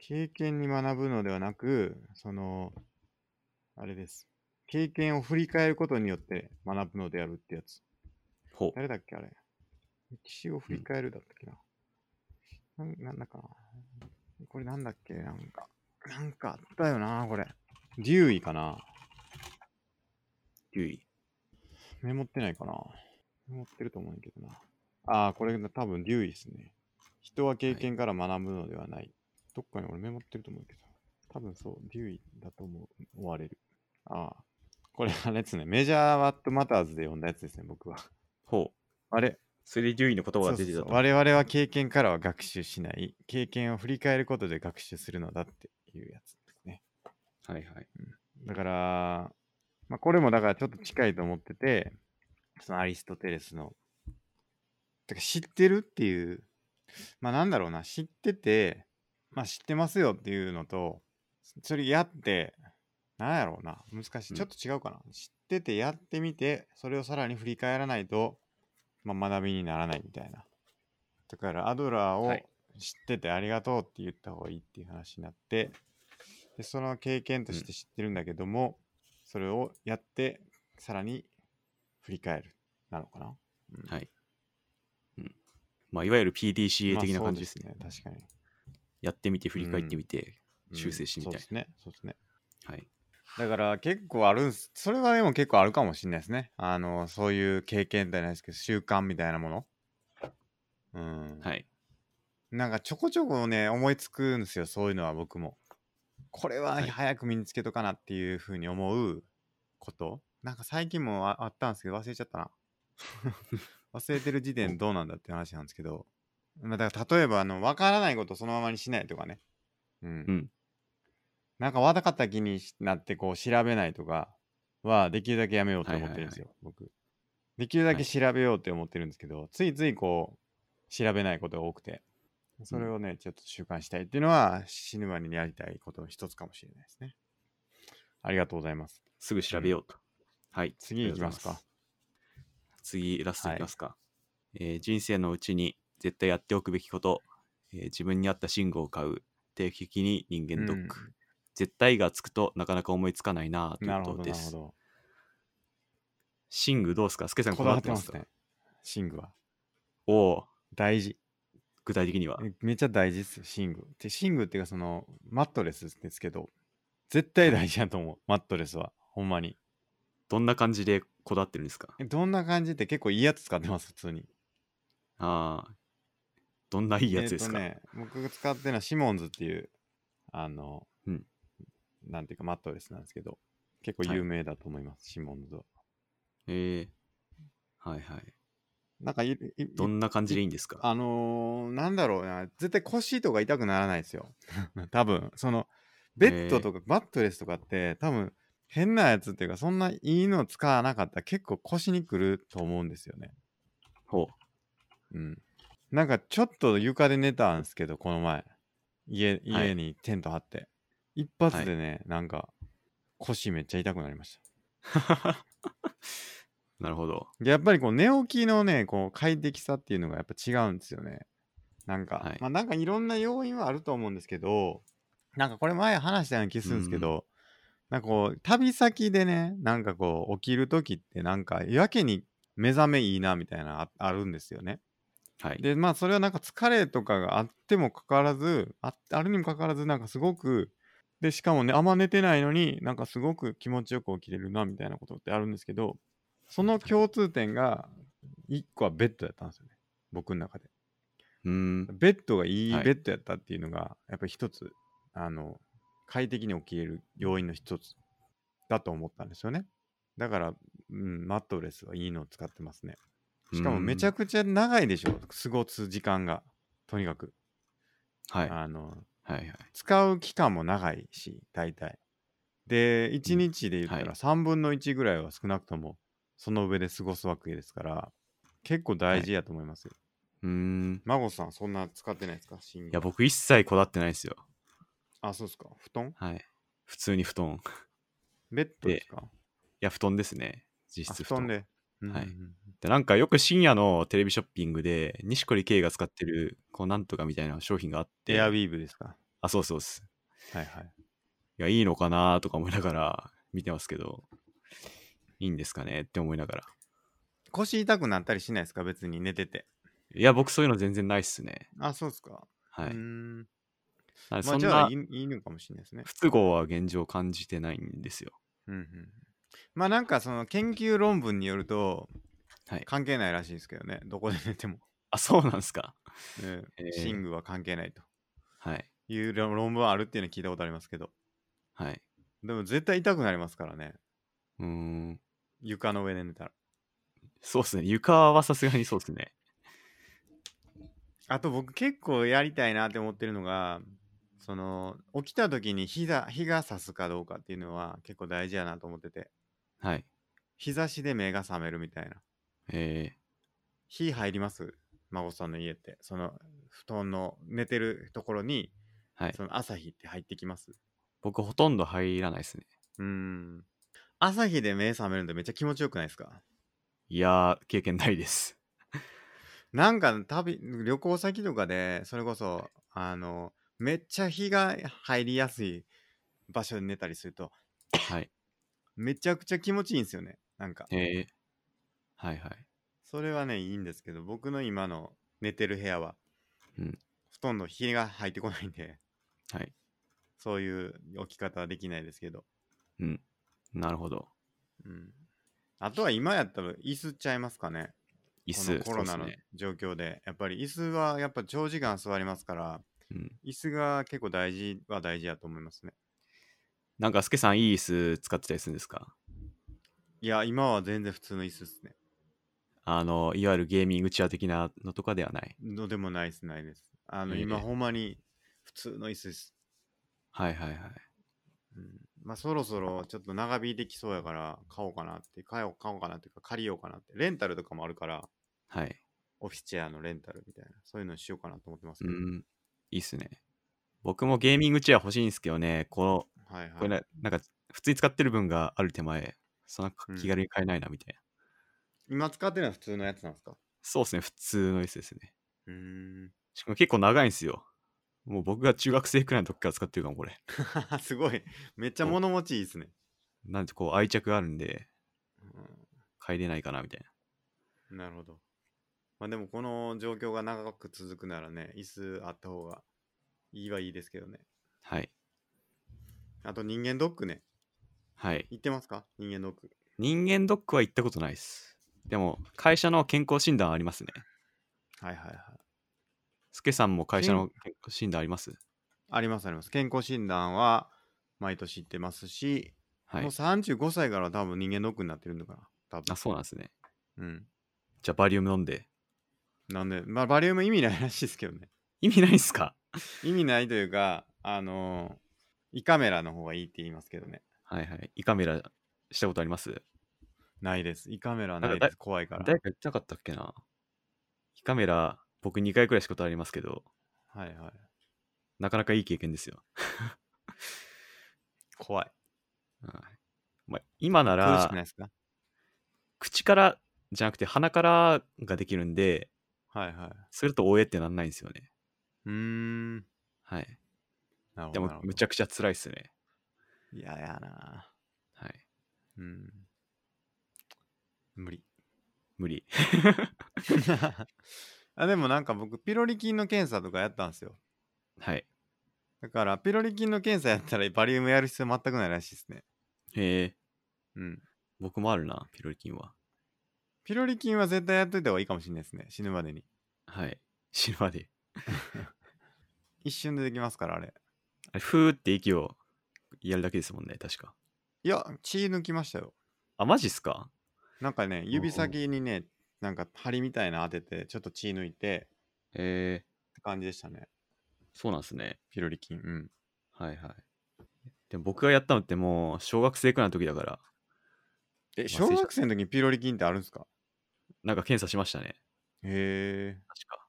A: 経験に学ぶのではなくそのあれです経験を振り返ることによって学ぶのであるってやつ
B: ほう
A: 誰だっけあれ歴史を振り返るだったっけな、なんなんだかなこれなんだっけなんかなんかあったよなこれ留意かな
B: 留意
A: メモってないかなメモってると思うんやけどなああこれ多分留意ですね人は経験から学ぶのではない。どっかに俺メモってると思うけど。多分そう、デューイだと思う思われる。ああ。これあれですね。メジャーワットマターズで読んだやつですね、僕は。
B: ほう。
A: あれ
B: それでデューイの言葉が出てた
A: そうそう
B: と。
A: そう我々は経験からは学習しない。経験を振り返ることで学習するのだっていうやつですね。
B: はいはい。
A: だから、まあ、これもだからちょっと近いと思ってて、そのアリストテレスの。だから知ってるっていう、まあなんだろうな、知ってて、まあ知ってますよっていうのと、それやって、なんやろうな、難し
B: う
A: い。
B: ん
A: ちょっと違うかな。知っててやってみて、それをさらに振り返らないと、まあ学びにならないみたいな。だからアドラーを
B: はい
A: 知っててありがとうって言った方がいいっていう話になって、でその経験として知ってるんだけども、それをやってさらに振り返るなのかな、うん
B: はい。うん。まあ、いわゆる PDCA
A: まあ
B: 的な
A: そう
B: 感じですね。
A: 確かに
B: やってみて、振り返ってみて、
A: うん
B: 修正してみたい
A: そうですねそうですね
B: はい。
A: だから結構あるんすそれはでも結構あるかもしれないですねあのそういう経験じゃないですけど習慣みたいなものうん、
B: はい。
A: なんかちょこちょこね思いつくんですよそういうのは僕もこれは
B: はい
A: 早く身につけとかなっていうふうに思うこと、なんか最近もああったんですけど忘れちゃった な忘れてる時点どうなんだって話なんですけど、まあ、だから例えばあの分からないことをそのままにしないとかねうん、
B: うん
A: なんかわだかった気になってこう調べないとかはできるだけやめようと思ってるんですよ、僕できるだ
B: は
A: け
B: い
A: 調べようって思ってるんですけど、ついついこう調べないことが多くてそれをね、ちょっと習慣したいっていうのは死ぬまでにやりたいことの一つかもしれないですねありがとうございます
B: すぐ調べようと。はい。
A: 次いきますか
B: ありがとうございます。次、ラストいきますか、えー人生のうちに絶対やっておくべきこと、えー自分に合った信号を買う、定期的に人間ドック、絶対がつくとなかなか思いつかないなあと
A: ないる
B: う
A: ほ
B: こ
A: どな
B: とで
A: るほ
B: す。
A: ど
B: シングどうですかスケさん
A: こ
B: こ
A: だわ
B: だわ
A: っ
B: ってて
A: ま
B: ます
A: す
B: か
A: ね寝具は
B: おお、
A: 大事
B: 具体的には。
A: えめっちゃ大事っすよ寝具で寝具っていうかそのマットレスですけど絶対大事だと思うマットレスはほんまに
B: どんな感じでこだわってるんですか
A: えどんな感じって結構いいやつ使ってます普通に
B: ああ、どんないいやつですか、
A: えっ、とね、僕が使ってるのはシモンズっていう、あの、
B: うん
A: なんていうかマットレスなんですけど、結構
B: はい
A: 有名だと思います、シモンズは。
B: えーはいはい。
A: なんかい、い
B: どんな感じでいいんですか
A: あのーなんだろうな、絶対腰とか痛くならないです よ。多分、その、ベッドとかマットレスとかって、多分、変なやつっていうか、そんないいの使わなかったら結構腰にくると思うんですよね。
B: ほ
A: うん。なんかちょっと床で寝たんですけど、この前。家
B: はい
A: 家にテント張って。一発でね、なんか腰めっちゃ痛くなりました。
B: う。なるほど。
A: でやっぱりこう寝起きのね、こう快適さっていうのがやっぱ違うんですよね。なんか、
B: はい
A: まあなんかいろんな要因はあると思うんですけど、なんかこれ前話したような気するんですけど、なんかこう旅先でね、なんかこう起きるときってなんかやけに目覚めいいなみたいなのああるんですよね。
B: はい。
A: でまあそれはなんか疲れとかがあってもかかわらずああるにもかかわらずなんかすごくでしかもねあんま寝てないのになんかすごく気持ちよく起きれるなみたいなことってあるんですけどその共通点が1個はベッドだったんですよね僕の中で
B: うーん。
A: ベッドがいい
B: はい
A: ベッドやったっていうのがやっぱり一つあの快適に起きれる要因の一つだと思ったんですよねだから、うん、マットレスはいいのを使ってますねしかもめちゃ
B: く
A: くちゃ長いでしょ、過ごす時間が。とにかく、
B: はい。はい
A: あの、
B: はい。
A: 使う期間も長いし、大体。で、1日で言った
B: は
A: ら
B: い
A: 3分の1ぐらいは少なくとも、その上で過ごすわけですから、結構大事やと思いますよ。
B: うーん。
A: 孫さん、そんな使ってないですか寝具
B: いや、僕一切こだわってないですよ。
A: あ、そうですか。布団
B: はい。普通に布団。 い
A: ベッドですか
B: や、布団ですね。実
A: あ
B: 質
A: 布
B: 布団。
A: 団で。うん
B: はい
A: うんうん
B: でなんかよく深夜のテレビショッピングで、錦織圭が使ってる、こう、なんとかみたいな商品があって。
A: エアウィーブですか
B: あ、そうそうです。
A: はいはい。
B: いや、いいのかなとか思いながら見てますけど、いいんですかねって思いながら。
A: 腰痛くなったりしないですか別に寝てて。
B: いや、僕そういうの全然ないっすね。
A: あ、そうですか。
B: は
A: う
B: い
A: ー。ん。
B: なんで
A: ま
B: そ
A: あ、
B: ん
A: じゃあ
B: ない
A: いいいのかもしれないですね。
B: 不都合は現状感じてないんですよ。
A: うんうんうんまあなんかその研究論文によると
B: はい。
A: 関係ないらしいですけどねどこで寝ても
B: あ、そうなんですか。
A: うん
B: えー
A: 寝具は関係ないと
B: はい。
A: いう論論文あるっていうのは聞いたことありますけど、
B: はい。
A: でも絶対痛くなりますからね、
B: うーん。
A: 床の上で寝たら。
B: そうっすね。床はさすがにそうっすね。
A: あと僕結構やりたいなって思ってるのが、その起きた時に日が日が差すかどうかっていうのは結構大事やなと思ってて、
B: はい。
A: 日差しで目が覚めるみたいな。
B: え
A: 火入ります孫さんの家ってその布団の寝てるところに、
B: ー、はい。
A: その朝日って入ってきます
B: 僕ほとんど入らないですね。
A: うーん朝日で目覚めるのってめっちゃ気持ちよくないですか
B: いやー、経験ないです。
A: なんか旅旅行先とかでそれこそあのめっちゃ日が入りやすい場所で寝たりすると
B: はい。
A: めちゃくちゃ気持ちいいんですよねなんか
B: えー、はいはい。
A: それはねいいんですけど僕の今の寝てる部屋は、
B: うん
A: ほとんど日が入ってこないんで
B: はい。
A: そういう起き方はできないですけど
B: うん。なるほど。
A: うんあとは今やったら椅子ちゃいますかね。
B: 椅
A: こ
B: 子、
A: のコロナ
B: そう
A: の
B: っすね。
A: 状況で、やっぱり椅子はやっぱ長時間座りますから、
B: うん。
A: 椅子が結構大事は大事やと思いますね。
B: なんか、すけさん、いい椅子使ってたりするんですか
A: いや、今は全然普通の椅子ですね。
B: あの、いわゆるゲーミングチェア的なのとかではない。
A: どうでもないです、ないです。あの、
B: ええ
A: 今ほんまに普通の椅子です。
B: はいはいはい。
A: うん、まあそろそろちょっと長引いてきそうやから買おうかなって、買おう買おうかなっていうか借りようかなって、レンタルとかもあるから、
B: はい。
A: オフィスチェアのレンタルみたいな、そういうのしようかなと思ってます
B: う
A: けど。
B: ん。いいっすね。僕もゲーミングチェア欲しいんですけどね、この、
A: はいはい。
B: これね、なんか、普通に使ってる分がある手前、そんな
A: うん
B: 気軽に買えないな、みたいな。
A: 今使ってるのは普通のやつなんですか
B: そうですね、普通の椅子ですね。
A: うーん。
B: しかも結構長いんですよ。もう僕が中学生くらいの時から使ってるかも、これ。
A: すごい。めっちゃ物持ちいいですね。
B: なんで、こう、愛着があるんで、
A: う
B: 買えれないかな、みたいな。
A: ん、なるほど。まあでもこの状況が長く続くならね、椅子あった方がいいはいいですけどね。
B: はい。
A: あと人間ドックね。
B: はい。
A: 行ってますか人間ドック。
B: 人間ドックは行ったことないです。でも、会社の健康診断ありますね。
A: はいはいはい。
B: スケさんも会社の健康診断あります
A: ありますあります。健康診断は毎年行ってますし、
B: は
A: もう
B: い。
A: 35歳からは多分人間ドックになってるのかな。多分
B: あ、そうなんですね。
A: うん。
B: じゃあ、バリウム飲んで。
A: なんで、まあバリウム意味ないらしいですけどね。
B: 意味ないんすか
A: 意味ないというか、あのー胃カメラの方がいいって言いますけどね。
B: はいはい。胃カメラしたことあります
A: ないです。胃カメラ
B: なんか
A: ないです。怖いから。
B: 誰か言ってなかったっけな胃カメラ、僕2回くらいしたことありますけど、
A: はいはい。
B: なかなかいい経験ですよ。
A: 怖い。
B: はいまあ、今な
A: 苦しくない
B: ら、
A: ですか
B: 口からじゃなくて鼻からができるんで、
A: はいはい。
B: それとおえってなんないんですよね。
A: うーん。
B: はい。
A: なるほ
B: で
A: ど。
B: も、むち
A: ゃ。
B: ゃくちゃ辛いっすね。
A: いややな
B: はい。
A: うん。無理。
B: 無理。
A: あでもなんか僕、ピロリ菌の検査とかやったんですよ。
B: はい。
A: だから、ピロリ菌の検査やったらバリウムやる必要全くないらしいですね。
B: へえ、
A: うん。
B: 僕もあるな、ピロリ菌は。
A: ピロリ菌は絶対やっといた方がいいかもしれないですね。死ぬまでに。
B: はい。死ぬまで。
A: 一瞬でできますから、あれ。
B: あれふーって息をやるだけですもんね、確か。
A: いや、血抜きましたよ。
B: あ、マジっすか
A: なんかね、指先にね、なんか針みたいなの当てて、ちょっと血抜いて
B: へえ、
A: って感じでしたね。
B: そうなんすね。
A: ピロリ菌。うん。
B: はいはい。でも僕がやったのってもう小学生くらいの時だから、
A: え、
B: 忘れちゃ
A: 小学生の時にピロリ菌ってあるんですか
B: なんか検査しましたね。
A: へえ。
B: 確か。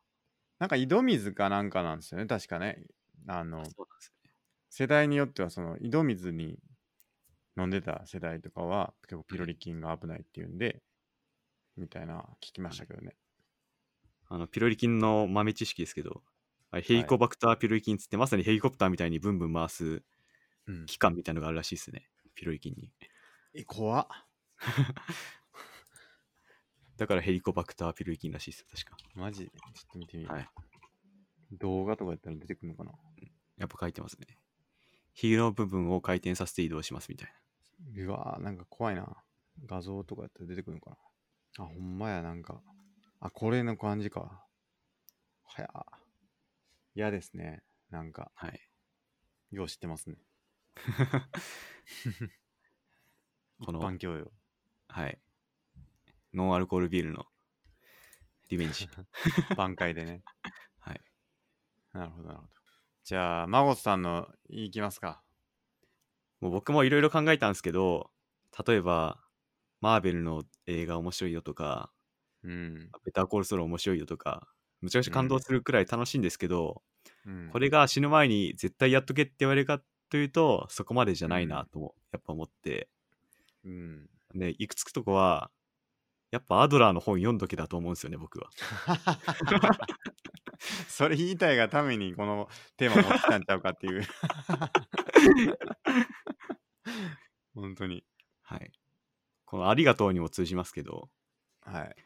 A: なんか井戸水かなんかなんですよね、確かね。あ
B: あ
A: の
B: そう、なんですね。
A: 世代によっては、その井戸水に飲んでた世代とかは、結構ピロリ菌が危ないっていうんで、みたいな聞きましたけどね。
B: あの、ピロリ菌の豆知識ですけど、あれヘリコバクターピロリ菌っつって、まさにヘリコプターみたいにブンブン回す
A: うん。
B: 器官みたいのがあるらしいですね。ピロリ菌に。
A: え、怖っ。
B: だからヘリコバクターピロリ菌らしいですよ、確か。
A: マジちょっと見てみよう。
B: はい
A: 動画とかやったら出てくるのかな
B: やっぱ書いてますね。ヒーの部分を回転させて移動しますみたいう
A: わーなんか怖いな。画像とかやったら出てくるのかなあ、ほんまや、なんか。あ、これの感じか。はや。嫌ですね。なんか、
B: はい。
A: よう知ってますね。
B: この
A: 一般 教養。
B: はい。ノンアルコールビールのリベンジ。
A: 挽回でね。
B: はい。
A: なるほど、なるほど。じゃあ、孫さんのいきますか。
B: もう僕もいろいろ考えたんですけど、例えば、マーベルの映画面白いよとか、
A: うん。
B: ベターコールソロ面白いよとか、むちゃくちゃ感動するくらい楽しいんですけど、
A: うん、
B: これが死ぬ前に絶対やっとけって言われるかというと、そこまでじゃないなとも、やっぱ思って、
A: うん。
B: で、いくつくとこは、やっぱアドラーの本読んどけだと思うんですよね、僕は。
A: それ言いたいがためにこのテーマ持ってきたんちゃうかっていう。本当に。
B: はい。このありがとうにも通じますけど、
A: はい。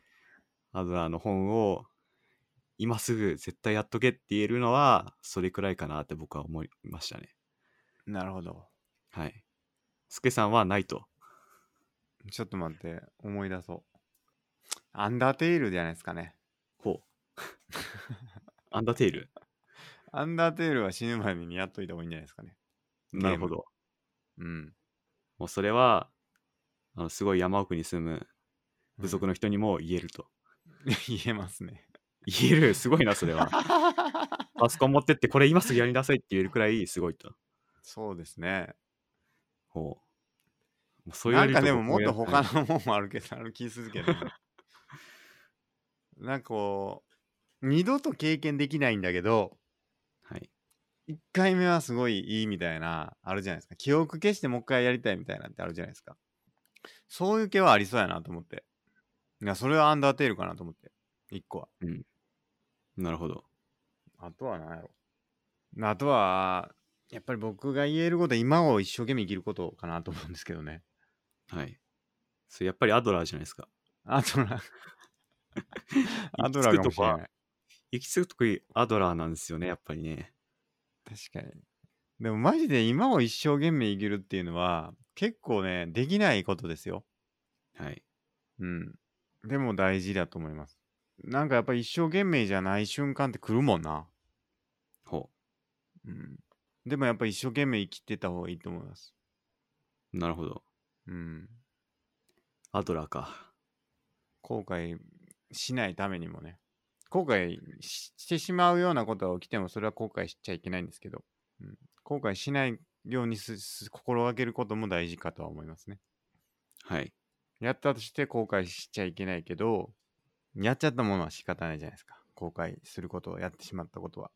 B: アドラーの本を今すぐ絶対やっとけって言えるのはそれくらいかなって僕は思いましたね。
A: なるほど。
B: はい。スケさんはないと。
A: ちょっと待って、思い出そう。アンダーテイルじゃないですかね。
B: ほう。アンダーテイル。
A: アンダーテイルは死ぬ前にやっといた方がいいんじゃないですかね。ム
B: なるほど。
A: うん。
B: もうそれはあのすごい山奥に住む部族の人にも言えると。
A: うん 言えますね。
B: 言えるすごいな、そ れは。パソコン持ってってこれ今すぐやりなさいって言えるくらいすごいと。
A: そうですね。
B: ほう。もうそう
A: な
B: 言わ
A: ん
B: れる
A: か
B: と
A: でももっと
B: 僕
A: 他のもんもあるけど、ある気するけどね。なんかこう、二度と経験できないんだけど、
B: はい。
A: 1回目はすごいいいみたいな、あるじゃないですか。記憶消してもう一回やりたいみたいなってあるじゃないですか。そういう系はありそうやなと思って。いや、それはアンダーテイルかなと思って。1個は。
B: なるほど。
A: あとは何やろ。あとは、やっぱり僕が言えることは今を一生懸命生きることかなと思うんですけどね。
B: はい。それやっぱりアドラーじゃないですか。
A: アド ラー。アドラーかもしれない。
B: 行き着くとこいアドラーなんですよね、やっぱりね。
A: 確かに。でもマジで今を一生懸命生きるっていうのは結構ね、できないことですよ。
B: はい。
A: うん。でも大事だと思います。なんかやっぱ一生懸命じゃない瞬間って来るもんな。
B: ほ
A: うん。でもやっぱ一生懸命生きてた方がいいと思います。
B: う。なるほど。
A: うん。
B: アドラーか。
A: 後悔しないためにもね。後悔ししてしまうようなことが起きてもそれは後悔しちゃいけないんですけど、うん、後悔しないようにすす心がけることも大事かとは思いますね。
B: はい。
A: やったとして後悔しちゃいけないけど、やっちゃったものは仕方ないじゃないですか。後悔することをやってしまったことは。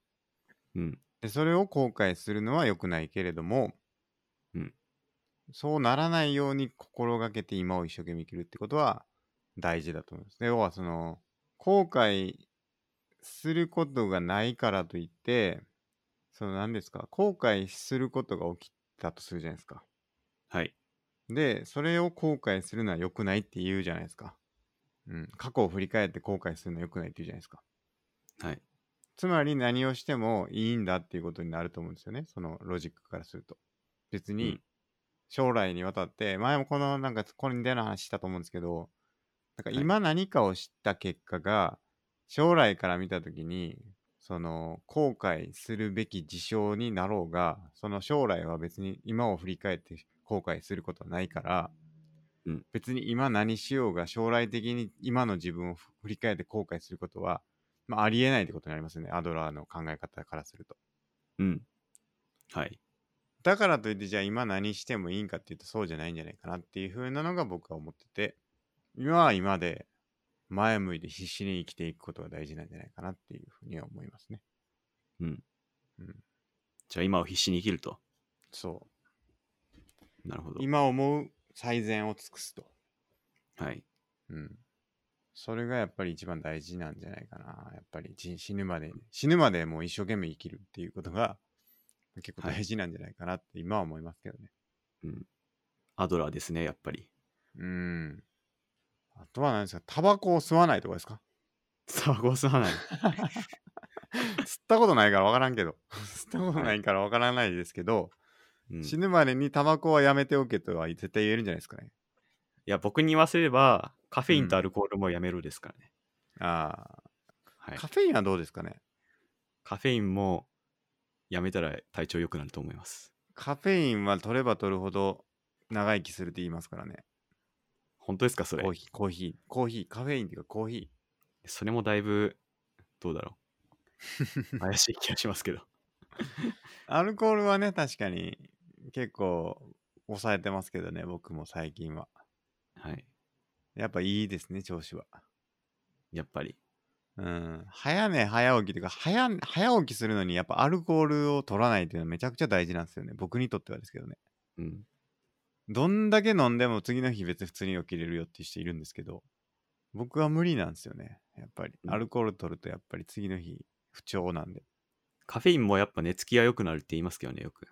B: うん。
A: で、それを後悔するのは良くないけれども、
B: うん
A: そうならないように心がけて今を一生懸命生きるってことは大事だと思います。で、要はその、後悔することがないからといって、その何ですか、後悔することが起きたとするじゃないですか。
B: はい。
A: で、それを後悔するのは良くないって言うじゃないですか。うん。過去を振り返って後悔するのは良くないって言うじゃないですか。
B: はい。
A: つまり何をしてもいいんだっていうことになると思うんですよね。そのロジックからすると。別
B: う
A: に
B: ん
A: 将来にわたって、前もこのなんかこれに出の話したと思うんですけど、なんか今何かを知った結果が、将来から見たときに、その後悔するべき事象になろうが、その将来は別に今を振り返って後悔することはないから、
B: うん
A: 別に今何しようが将来的に今の自分を振り返って後悔することはまあ、ありえないってことになりますよね。アドラーの考え方からすると。
B: うん。はい。
A: だからといって、じゃあ今何してもいいんかっていうと、そうじゃないんじゃないかなっていう風なのが僕は思ってて、今は今で前向いて必死に生きていくことが大事なんじゃないかなっていうふうには思いますね。
B: うん。
A: うん。
B: じゃあ今を必死に生きると。
A: そ
B: なるほ
A: う。
B: ど。
A: 今思う最善を尽くすと。
B: はい。
A: うん。それがやっぱり一番大事なんじゃないかな。やっぱりじ死ぬまで、死ぬまでもう一生懸命生きるっていうことが結構大事なんじゃないかなって今は思いますけどね。
B: うん。アドラーですね、やっぱり。
A: うん。あとは何ですかタバコを吸わないとかです か
B: タバコを吸わない。
A: 吸ったことないから分からんけど。 吸ったことないから分からないですけど、
B: うん、
A: 死
B: い
A: ぬまでにタバコはやめておけとは絶対言えるんじゃないですかね。
B: や、僕に言わせれば、カフェインとアルコールもやめろですからね。
A: ああ、
B: はい
A: カ。フェインはどうですかね
B: カフェインもやめたら体調良くなると思います。
A: カフェインは取れば取るほど長生きするって言いますからね。
B: 本当ですかそれ
A: コー。ヒー、コーヒー、コーヒー、カフェインっていうかコーヒ
B: それもだいぶ、どうだろ う。怪しい気がしますけど。
A: ー。アルコールはね、確かに結構抑えてますけどね、僕も最近は。
B: はい。
A: やっぱいいですね、調子は。
B: やっぱり。
A: うん。早寝早起きというか、早寝、早起きするのにやっぱアルコールを取らないっていうのはめちゃくちゃ大事なんですよね。僕にとってはですけどね。
B: うん。
A: どんだけ飲んでも次の日別に普通に起きれるよっていう人いるんですけど、僕は無理なんですよね。やっぱり。
B: うん
A: アルコール取るとやっぱり次の日不調なんで。
B: カフェインもやっぱ寝つきが良くなるって言いますけどね、よく。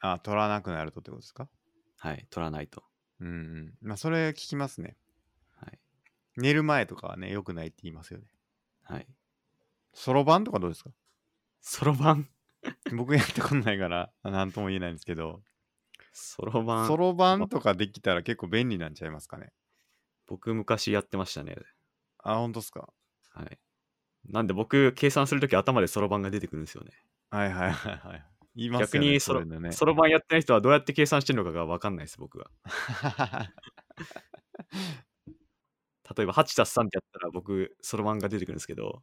A: あ、取らなくなるとってことですか
B: はい。取らないと。
A: うんうん。まあ、それ聞きますね。
B: はい。
A: 寝る前とかはね、良くないって言いますよね。
B: はい。
A: そろばんとかどうですか
B: そろばん。
A: 僕やったことないから、なんとも言えないんですけど、
B: そろばん。
A: そろばんとかできたら結構便利なんちゃいますかね。
B: 僕昔やってましたね。
A: あ、ほんとっすか。
B: はい。なんで僕、計算するとき頭でそろばんが出てくるんですよね。
A: はいはいはいはい。言いますよね。
B: 逆にそろ
A: ういうのね。
B: そ ろばんやってない人はどうやって計算してるのかが分かんないです、僕は。例えば、8たす3ってやったら僕、そろばんが出てくるんですけど、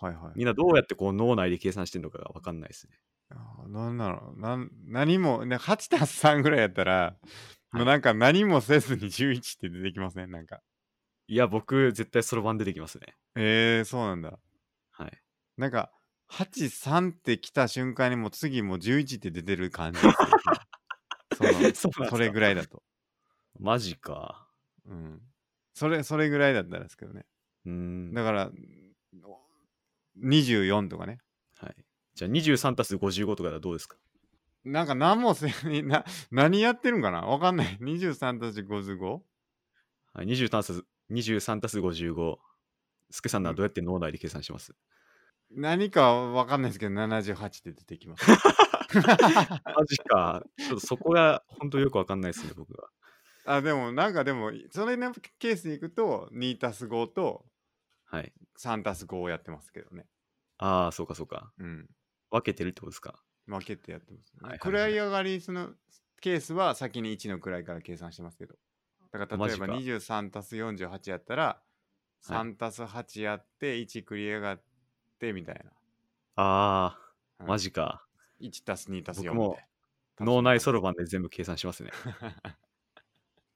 A: はいはい。
B: みんなどうやってこう脳内で計算してるのかが分かんないですね。
A: あなんだろうなん何もね8たす3ぐらいやったら、
B: い
A: もうなんか何もせずに11って出てきますねなんか
B: いや、僕、絶対そろばん出てきますね。
A: えー、そうなんだ
B: はい。
A: なんか83って来た瞬間にもう次もう11って出てる感じ ですよね
B: そう
A: そのそ
B: なんそ
A: れ
B: れ
A: ぐらいだと
B: マジか。
A: うんそれそれぐらいだったらですけどね
B: うーん。
A: だから24とかね
B: はい。じゃあ、23たす55とかだとどうですか
A: なんか何もせにな 何やってるんかなわかんない23たち 55?
B: はい、23たす23たす55。スケさんならどうやって脳内で計算します、
A: 何かわかんないですけど78って出てき ます
B: マジか。ちょっとそこが本当よくわかんないですね、僕は。
A: あでもなんかでもそれのケースでいくと2たす5と
B: はい。
A: 3たす5をやってますけどね。
B: ああ、そうかそうか。
A: うん。
B: 分けてるってことですか。
A: 分けてやってます。
B: はいはいはい
A: 暗い上がりそのケースは先に1の位から計算してますけど。だから
B: マ
A: 例え
B: ジか
A: ば23たす48やったら
B: はい
A: 3たす8やって1繰り上がってみたい
B: ああ、
A: な。
B: マジか。
A: 1たす2たす4
B: 僕も
A: みたいな
B: 脳内そろばんで全部計算しますね。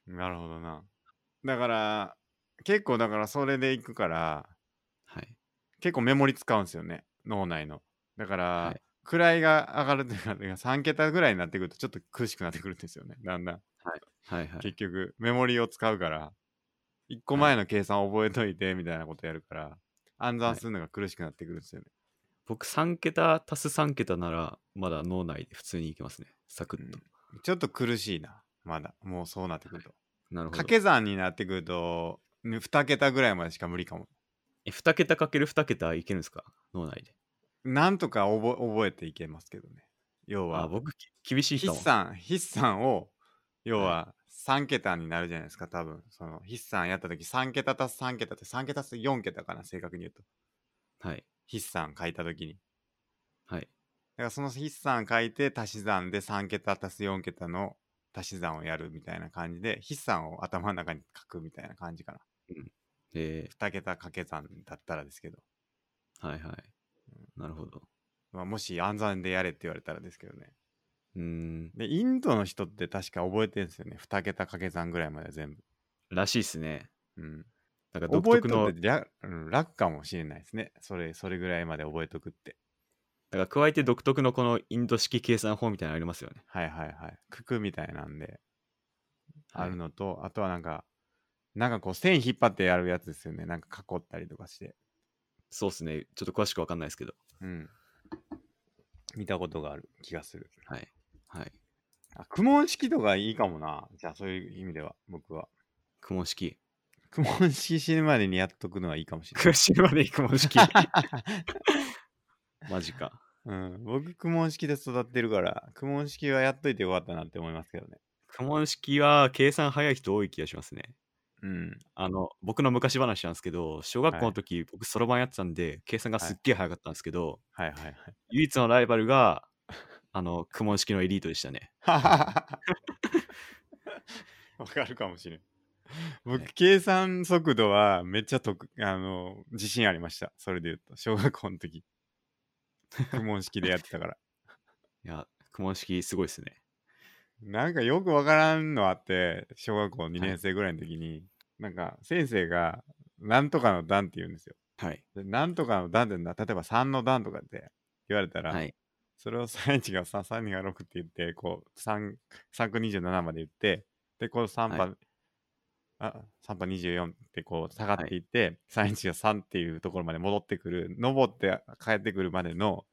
A: なるほどな。だから結構だからそれでいくから
B: はい。
A: 結構メモリ使うんですよね脳内のだから、
B: はい
A: 位が上がるというか3桁ぐらいになってくるとちょっと苦しくなってくるんですよねだんだん、
B: はいはい。
A: 結局メモリを使うから1個前の計算を覚えといてみたいなことやるから、暗算するのが苦しくなってくるんですよね、
B: 僕3桁足す3桁ならまだ脳内で普通にいけますね。サクッと。
A: ちょっと苦しいなまだもうそうなってくると
B: なるほど。
A: 掛け算になってくると2桁ぐらいまでしか無理かも
B: え2桁かける2桁いけるんですか脳内で。
A: なんとか覚え覚えていけますけどね要
B: あ
A: は
B: ー僕き厳しい人
A: 筆
B: も。
A: 算筆算を要は3桁になるじゃないですか多分その筆算やった時3桁足す3桁って3桁足す4桁かな正確に言うと
B: はい。
A: 筆算書いた時に
B: はい。
A: だからその筆算書いて足し算で3桁足す4桁の足し算をやるみたいな感じで筆算を頭の中に書くみたいな感じかな
B: え
A: 2桁掛け算だったらですけど、
B: ー、はいはい。なるほど。
A: まあ、もし暗算でやれって言われたらですけどね
B: うーん。
A: でインドの人って確か覚えてるんですよね2桁掛け算ぐらいまで全部
B: らしいっすね。
A: うん
B: なんか独
A: 覚え
B: 特の。
A: とってりゃ、うん、楽かもしれないですね。それ、それぐらいまで覚えとくって。
B: だから加えて独特のこのインド式計算法みたいなのありますよね。
A: はいはいはい。九九みたいなんで、
B: はい
A: あるのと、あとはなんか、なんかこう線引っ張ってやるやつですよね。なんか囲ったりとかして。
B: そうですね。ちょっと詳しくわかんないですけど。
A: うん。見たことがある気がする。
B: はい。はい。
A: あ、苦問式とかいいかもな。じゃあそういう意味では、僕は。
B: 公文式。
A: 苦問式死ぬまでにやっとくのはいいかもしれない。
B: 苦しいまで公文式。 マジか。
A: うん、僕、苦問式で育ってるから、苦問式はやっといてよかったなって思いますけどね。
B: 公文式は計算早い人多い気がしますね。
A: うん。
B: あの、僕の昔話なんですけど、小学校の時、僕、そろばんやってたんで、計算がすっげえ早かったんですけど、
A: はいはいはい。
B: 唯一のライバルが、あの、苦問式のエリートでしたね。
A: わかるかもしれん。僕、計算速度はめっちゃ得あの自信ありました。それで言うと、小学校の時。苦問式でやってたから。
B: いや、苦問式すごいですね。
A: なんかよくわからんのあって、小学校2
B: はい
A: 年生ぐらいの時に、なんか先生が、なんとかの段って言うんですよ。
B: はい。
A: でなんとかの段ってな、例えば3の段とかって言われたら、
B: はい。
A: それを31が3、32が6って言って、こう、3、3区27まで言って、で、こう3
B: は
A: 波、あ、3波24ってこう下がっていって、31が3っていうところまで戻ってくる、登って帰ってくるまでの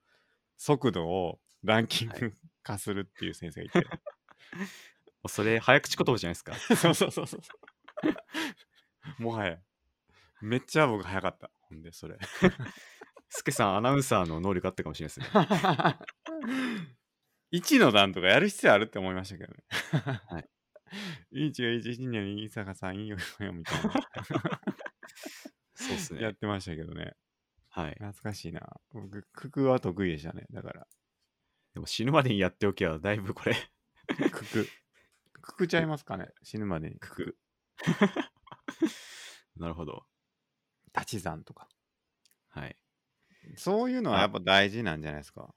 A: 速度をランキング 化するっていう先生がいて。
B: それ、早口言葉じゃないですか。
A: そうそうそうそうそう。 もはや、めっちゃ僕早かった。ほんで、それ。
B: スケさん、アナウンサーの能力あったかもしれないですね。
A: 1の段とかやる必要あるって思いましたけどね。
B: は
A: はい。1が1、1には2、3が3、4が4み たい
B: そうです
A: な。やっ
B: ね。
A: てましたけどね。
B: はい。
A: 懐かしいな。僕、九九は得意でしたね。だから。
B: でも死ぬまでにやっておけば、だいぶこれ、
A: 九九。九九ちゃいますかね死ぬまでに。
B: くく。なるほど。
A: 立ち算とか。
B: はい。
A: そういうのはやっぱ大事なんじゃないですか。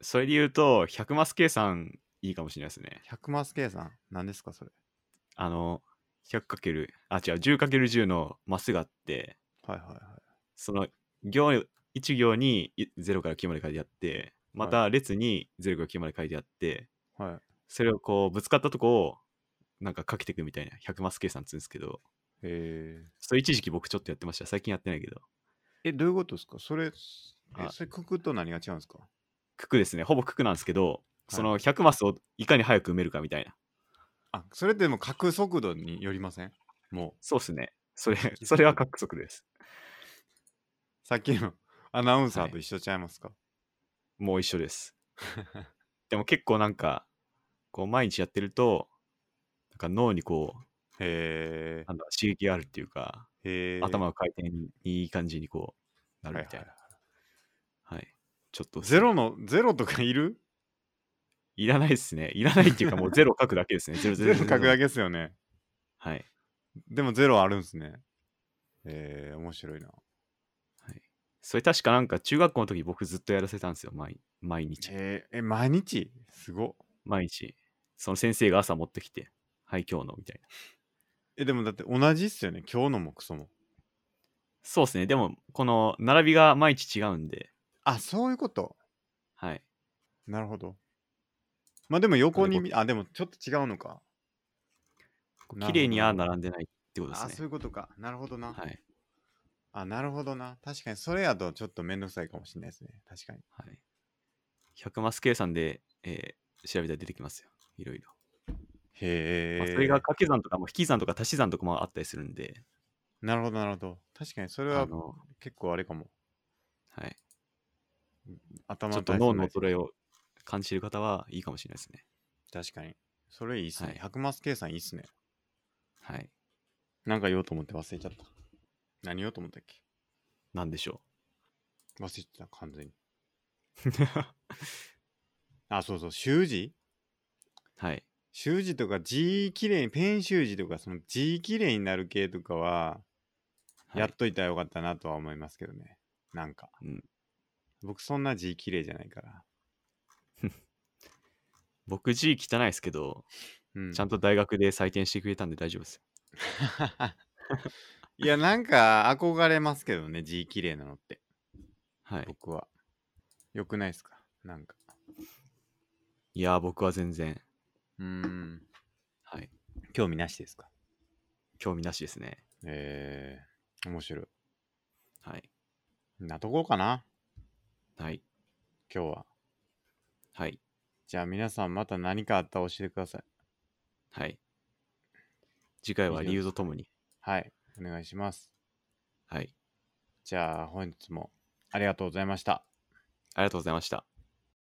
B: それで言うと、100マス計算、いいかもしれないですね。
A: 100マス計算。何ですかそれ。
B: あの、100× あ、違う、10×10 のマスがあって、
A: はいはいはい。
B: その行1行にい0から9まで書いてあってまた列に0から9まで書いてあって、
A: はい。
B: それをこうぶつかったとこをなんかかけていくみたいな100マス計算っつうんですけど
A: え
B: それ一時期僕ちょっとやってました最近やってないけど
A: え、どういうことですかそれ、え、
B: あ
A: それ、ククと何が違うんですか
B: 九九ですねほぼ九九なんですけどその100マスをいかに早く埋めるかみたいな
A: あ、それでも書く速度によりませんも
B: そうっすねそれ それは各速です
A: う、さっきの アナウンサ
B: は
A: ー
B: い
A: と一緒ちゃいますか、
B: もう一 緒ですでも結構なんかこう毎日やってるとなんか脳にこう
A: へ
B: なんだ刺激があるっていうか
A: え。へえ。
B: 頭の回転にいい感じにこうな
A: はい
B: る
A: は
B: み
A: い
B: たいな。はいちょっと
A: ゼロの、ゼロとかい る
B: いらないですね。いらないっていうかもうゼロ書くだけですね。ゼロ
A: ゼロ書くだけ
B: け。
A: ですよね。
B: はい。
A: でもゼロあるんすね。えー、面白いな。
B: はい、それ確かなんか中学校の時僕ずっとやらせたんですよ。毎毎日。
A: えー、え、毎日すごっ。
B: 毎日。その先生が朝持ってきて。はい、今日のみたいな。
A: え、でもだって同じっすよね。今日のもクソも。
B: そうですね。でもこの並びが毎日違うんで。
A: あ、そういうこと。
B: はい。
A: なるほど。まあでも横に
B: な
A: み、あ、でもちょっと違うのか。
B: 綺麗には
A: なる
B: 並んでないってこ
A: ほどあ、
B: とです
A: そう
B: ね。
A: いうことか。なるほどな。
B: はい。
A: あ、なるほどな。確かに、それやとちょっとめんどくさいかもしれないですね。確かに。
B: はい。100マス計算で、えー調べたら出てきますよ。いろいろ。ま
A: へ
B: あ
A: え。
B: それが掛け算とかも引き算とか足し算とかもあったりするんで、
A: なるほど、なるほど。確かに、それ
B: あ
A: は
B: の
A: 結構あれかも。
B: はい、
A: 頭
B: ちょっと
A: 体操
B: 脳
A: ぐら
B: の
A: い
B: 衰えを感じる方はいいかもしれないですね。
A: 確かに。それいいっすね。
B: は
A: 100マス計算いいっすね。
B: はい。
A: なんか言おうと思って忘れちゃった。何言おうと思ったっけ
B: なんでしょ
A: 忘れてた、完全に。
B: う。
A: あ、そうそう、習字
B: はい。
A: 習字とか字きれいに、ペン習字とか、その字きれいになる系とかは、
B: はい
A: やっといたらよかったなとは思いますけどね。なんか。
B: うん
A: 僕、そんな字きれいじゃないから。
B: 僕字汚いですけど、
A: うん
B: ちゃんと大学で採点してくれたんで大丈夫ですよ。
A: いや、なんか憧れますけどね、字綺麗なのって、
B: はい。
A: 僕は。よくないですかなんか。
B: いやー、僕は全然、
A: うーん。
B: はい。
A: 興味なしですか
B: 興味なしですね。
A: えー、面白い。
B: はい。
A: なとこかな
B: はい。
A: 今日は。
B: はい。
A: じゃあ皆さんまた何かあったら教えてください。
B: はい。次回は理由とともに。
A: はい。お願いします。
B: はい。
A: じゃあ本日もありがとうございました。
B: ありがとうございました。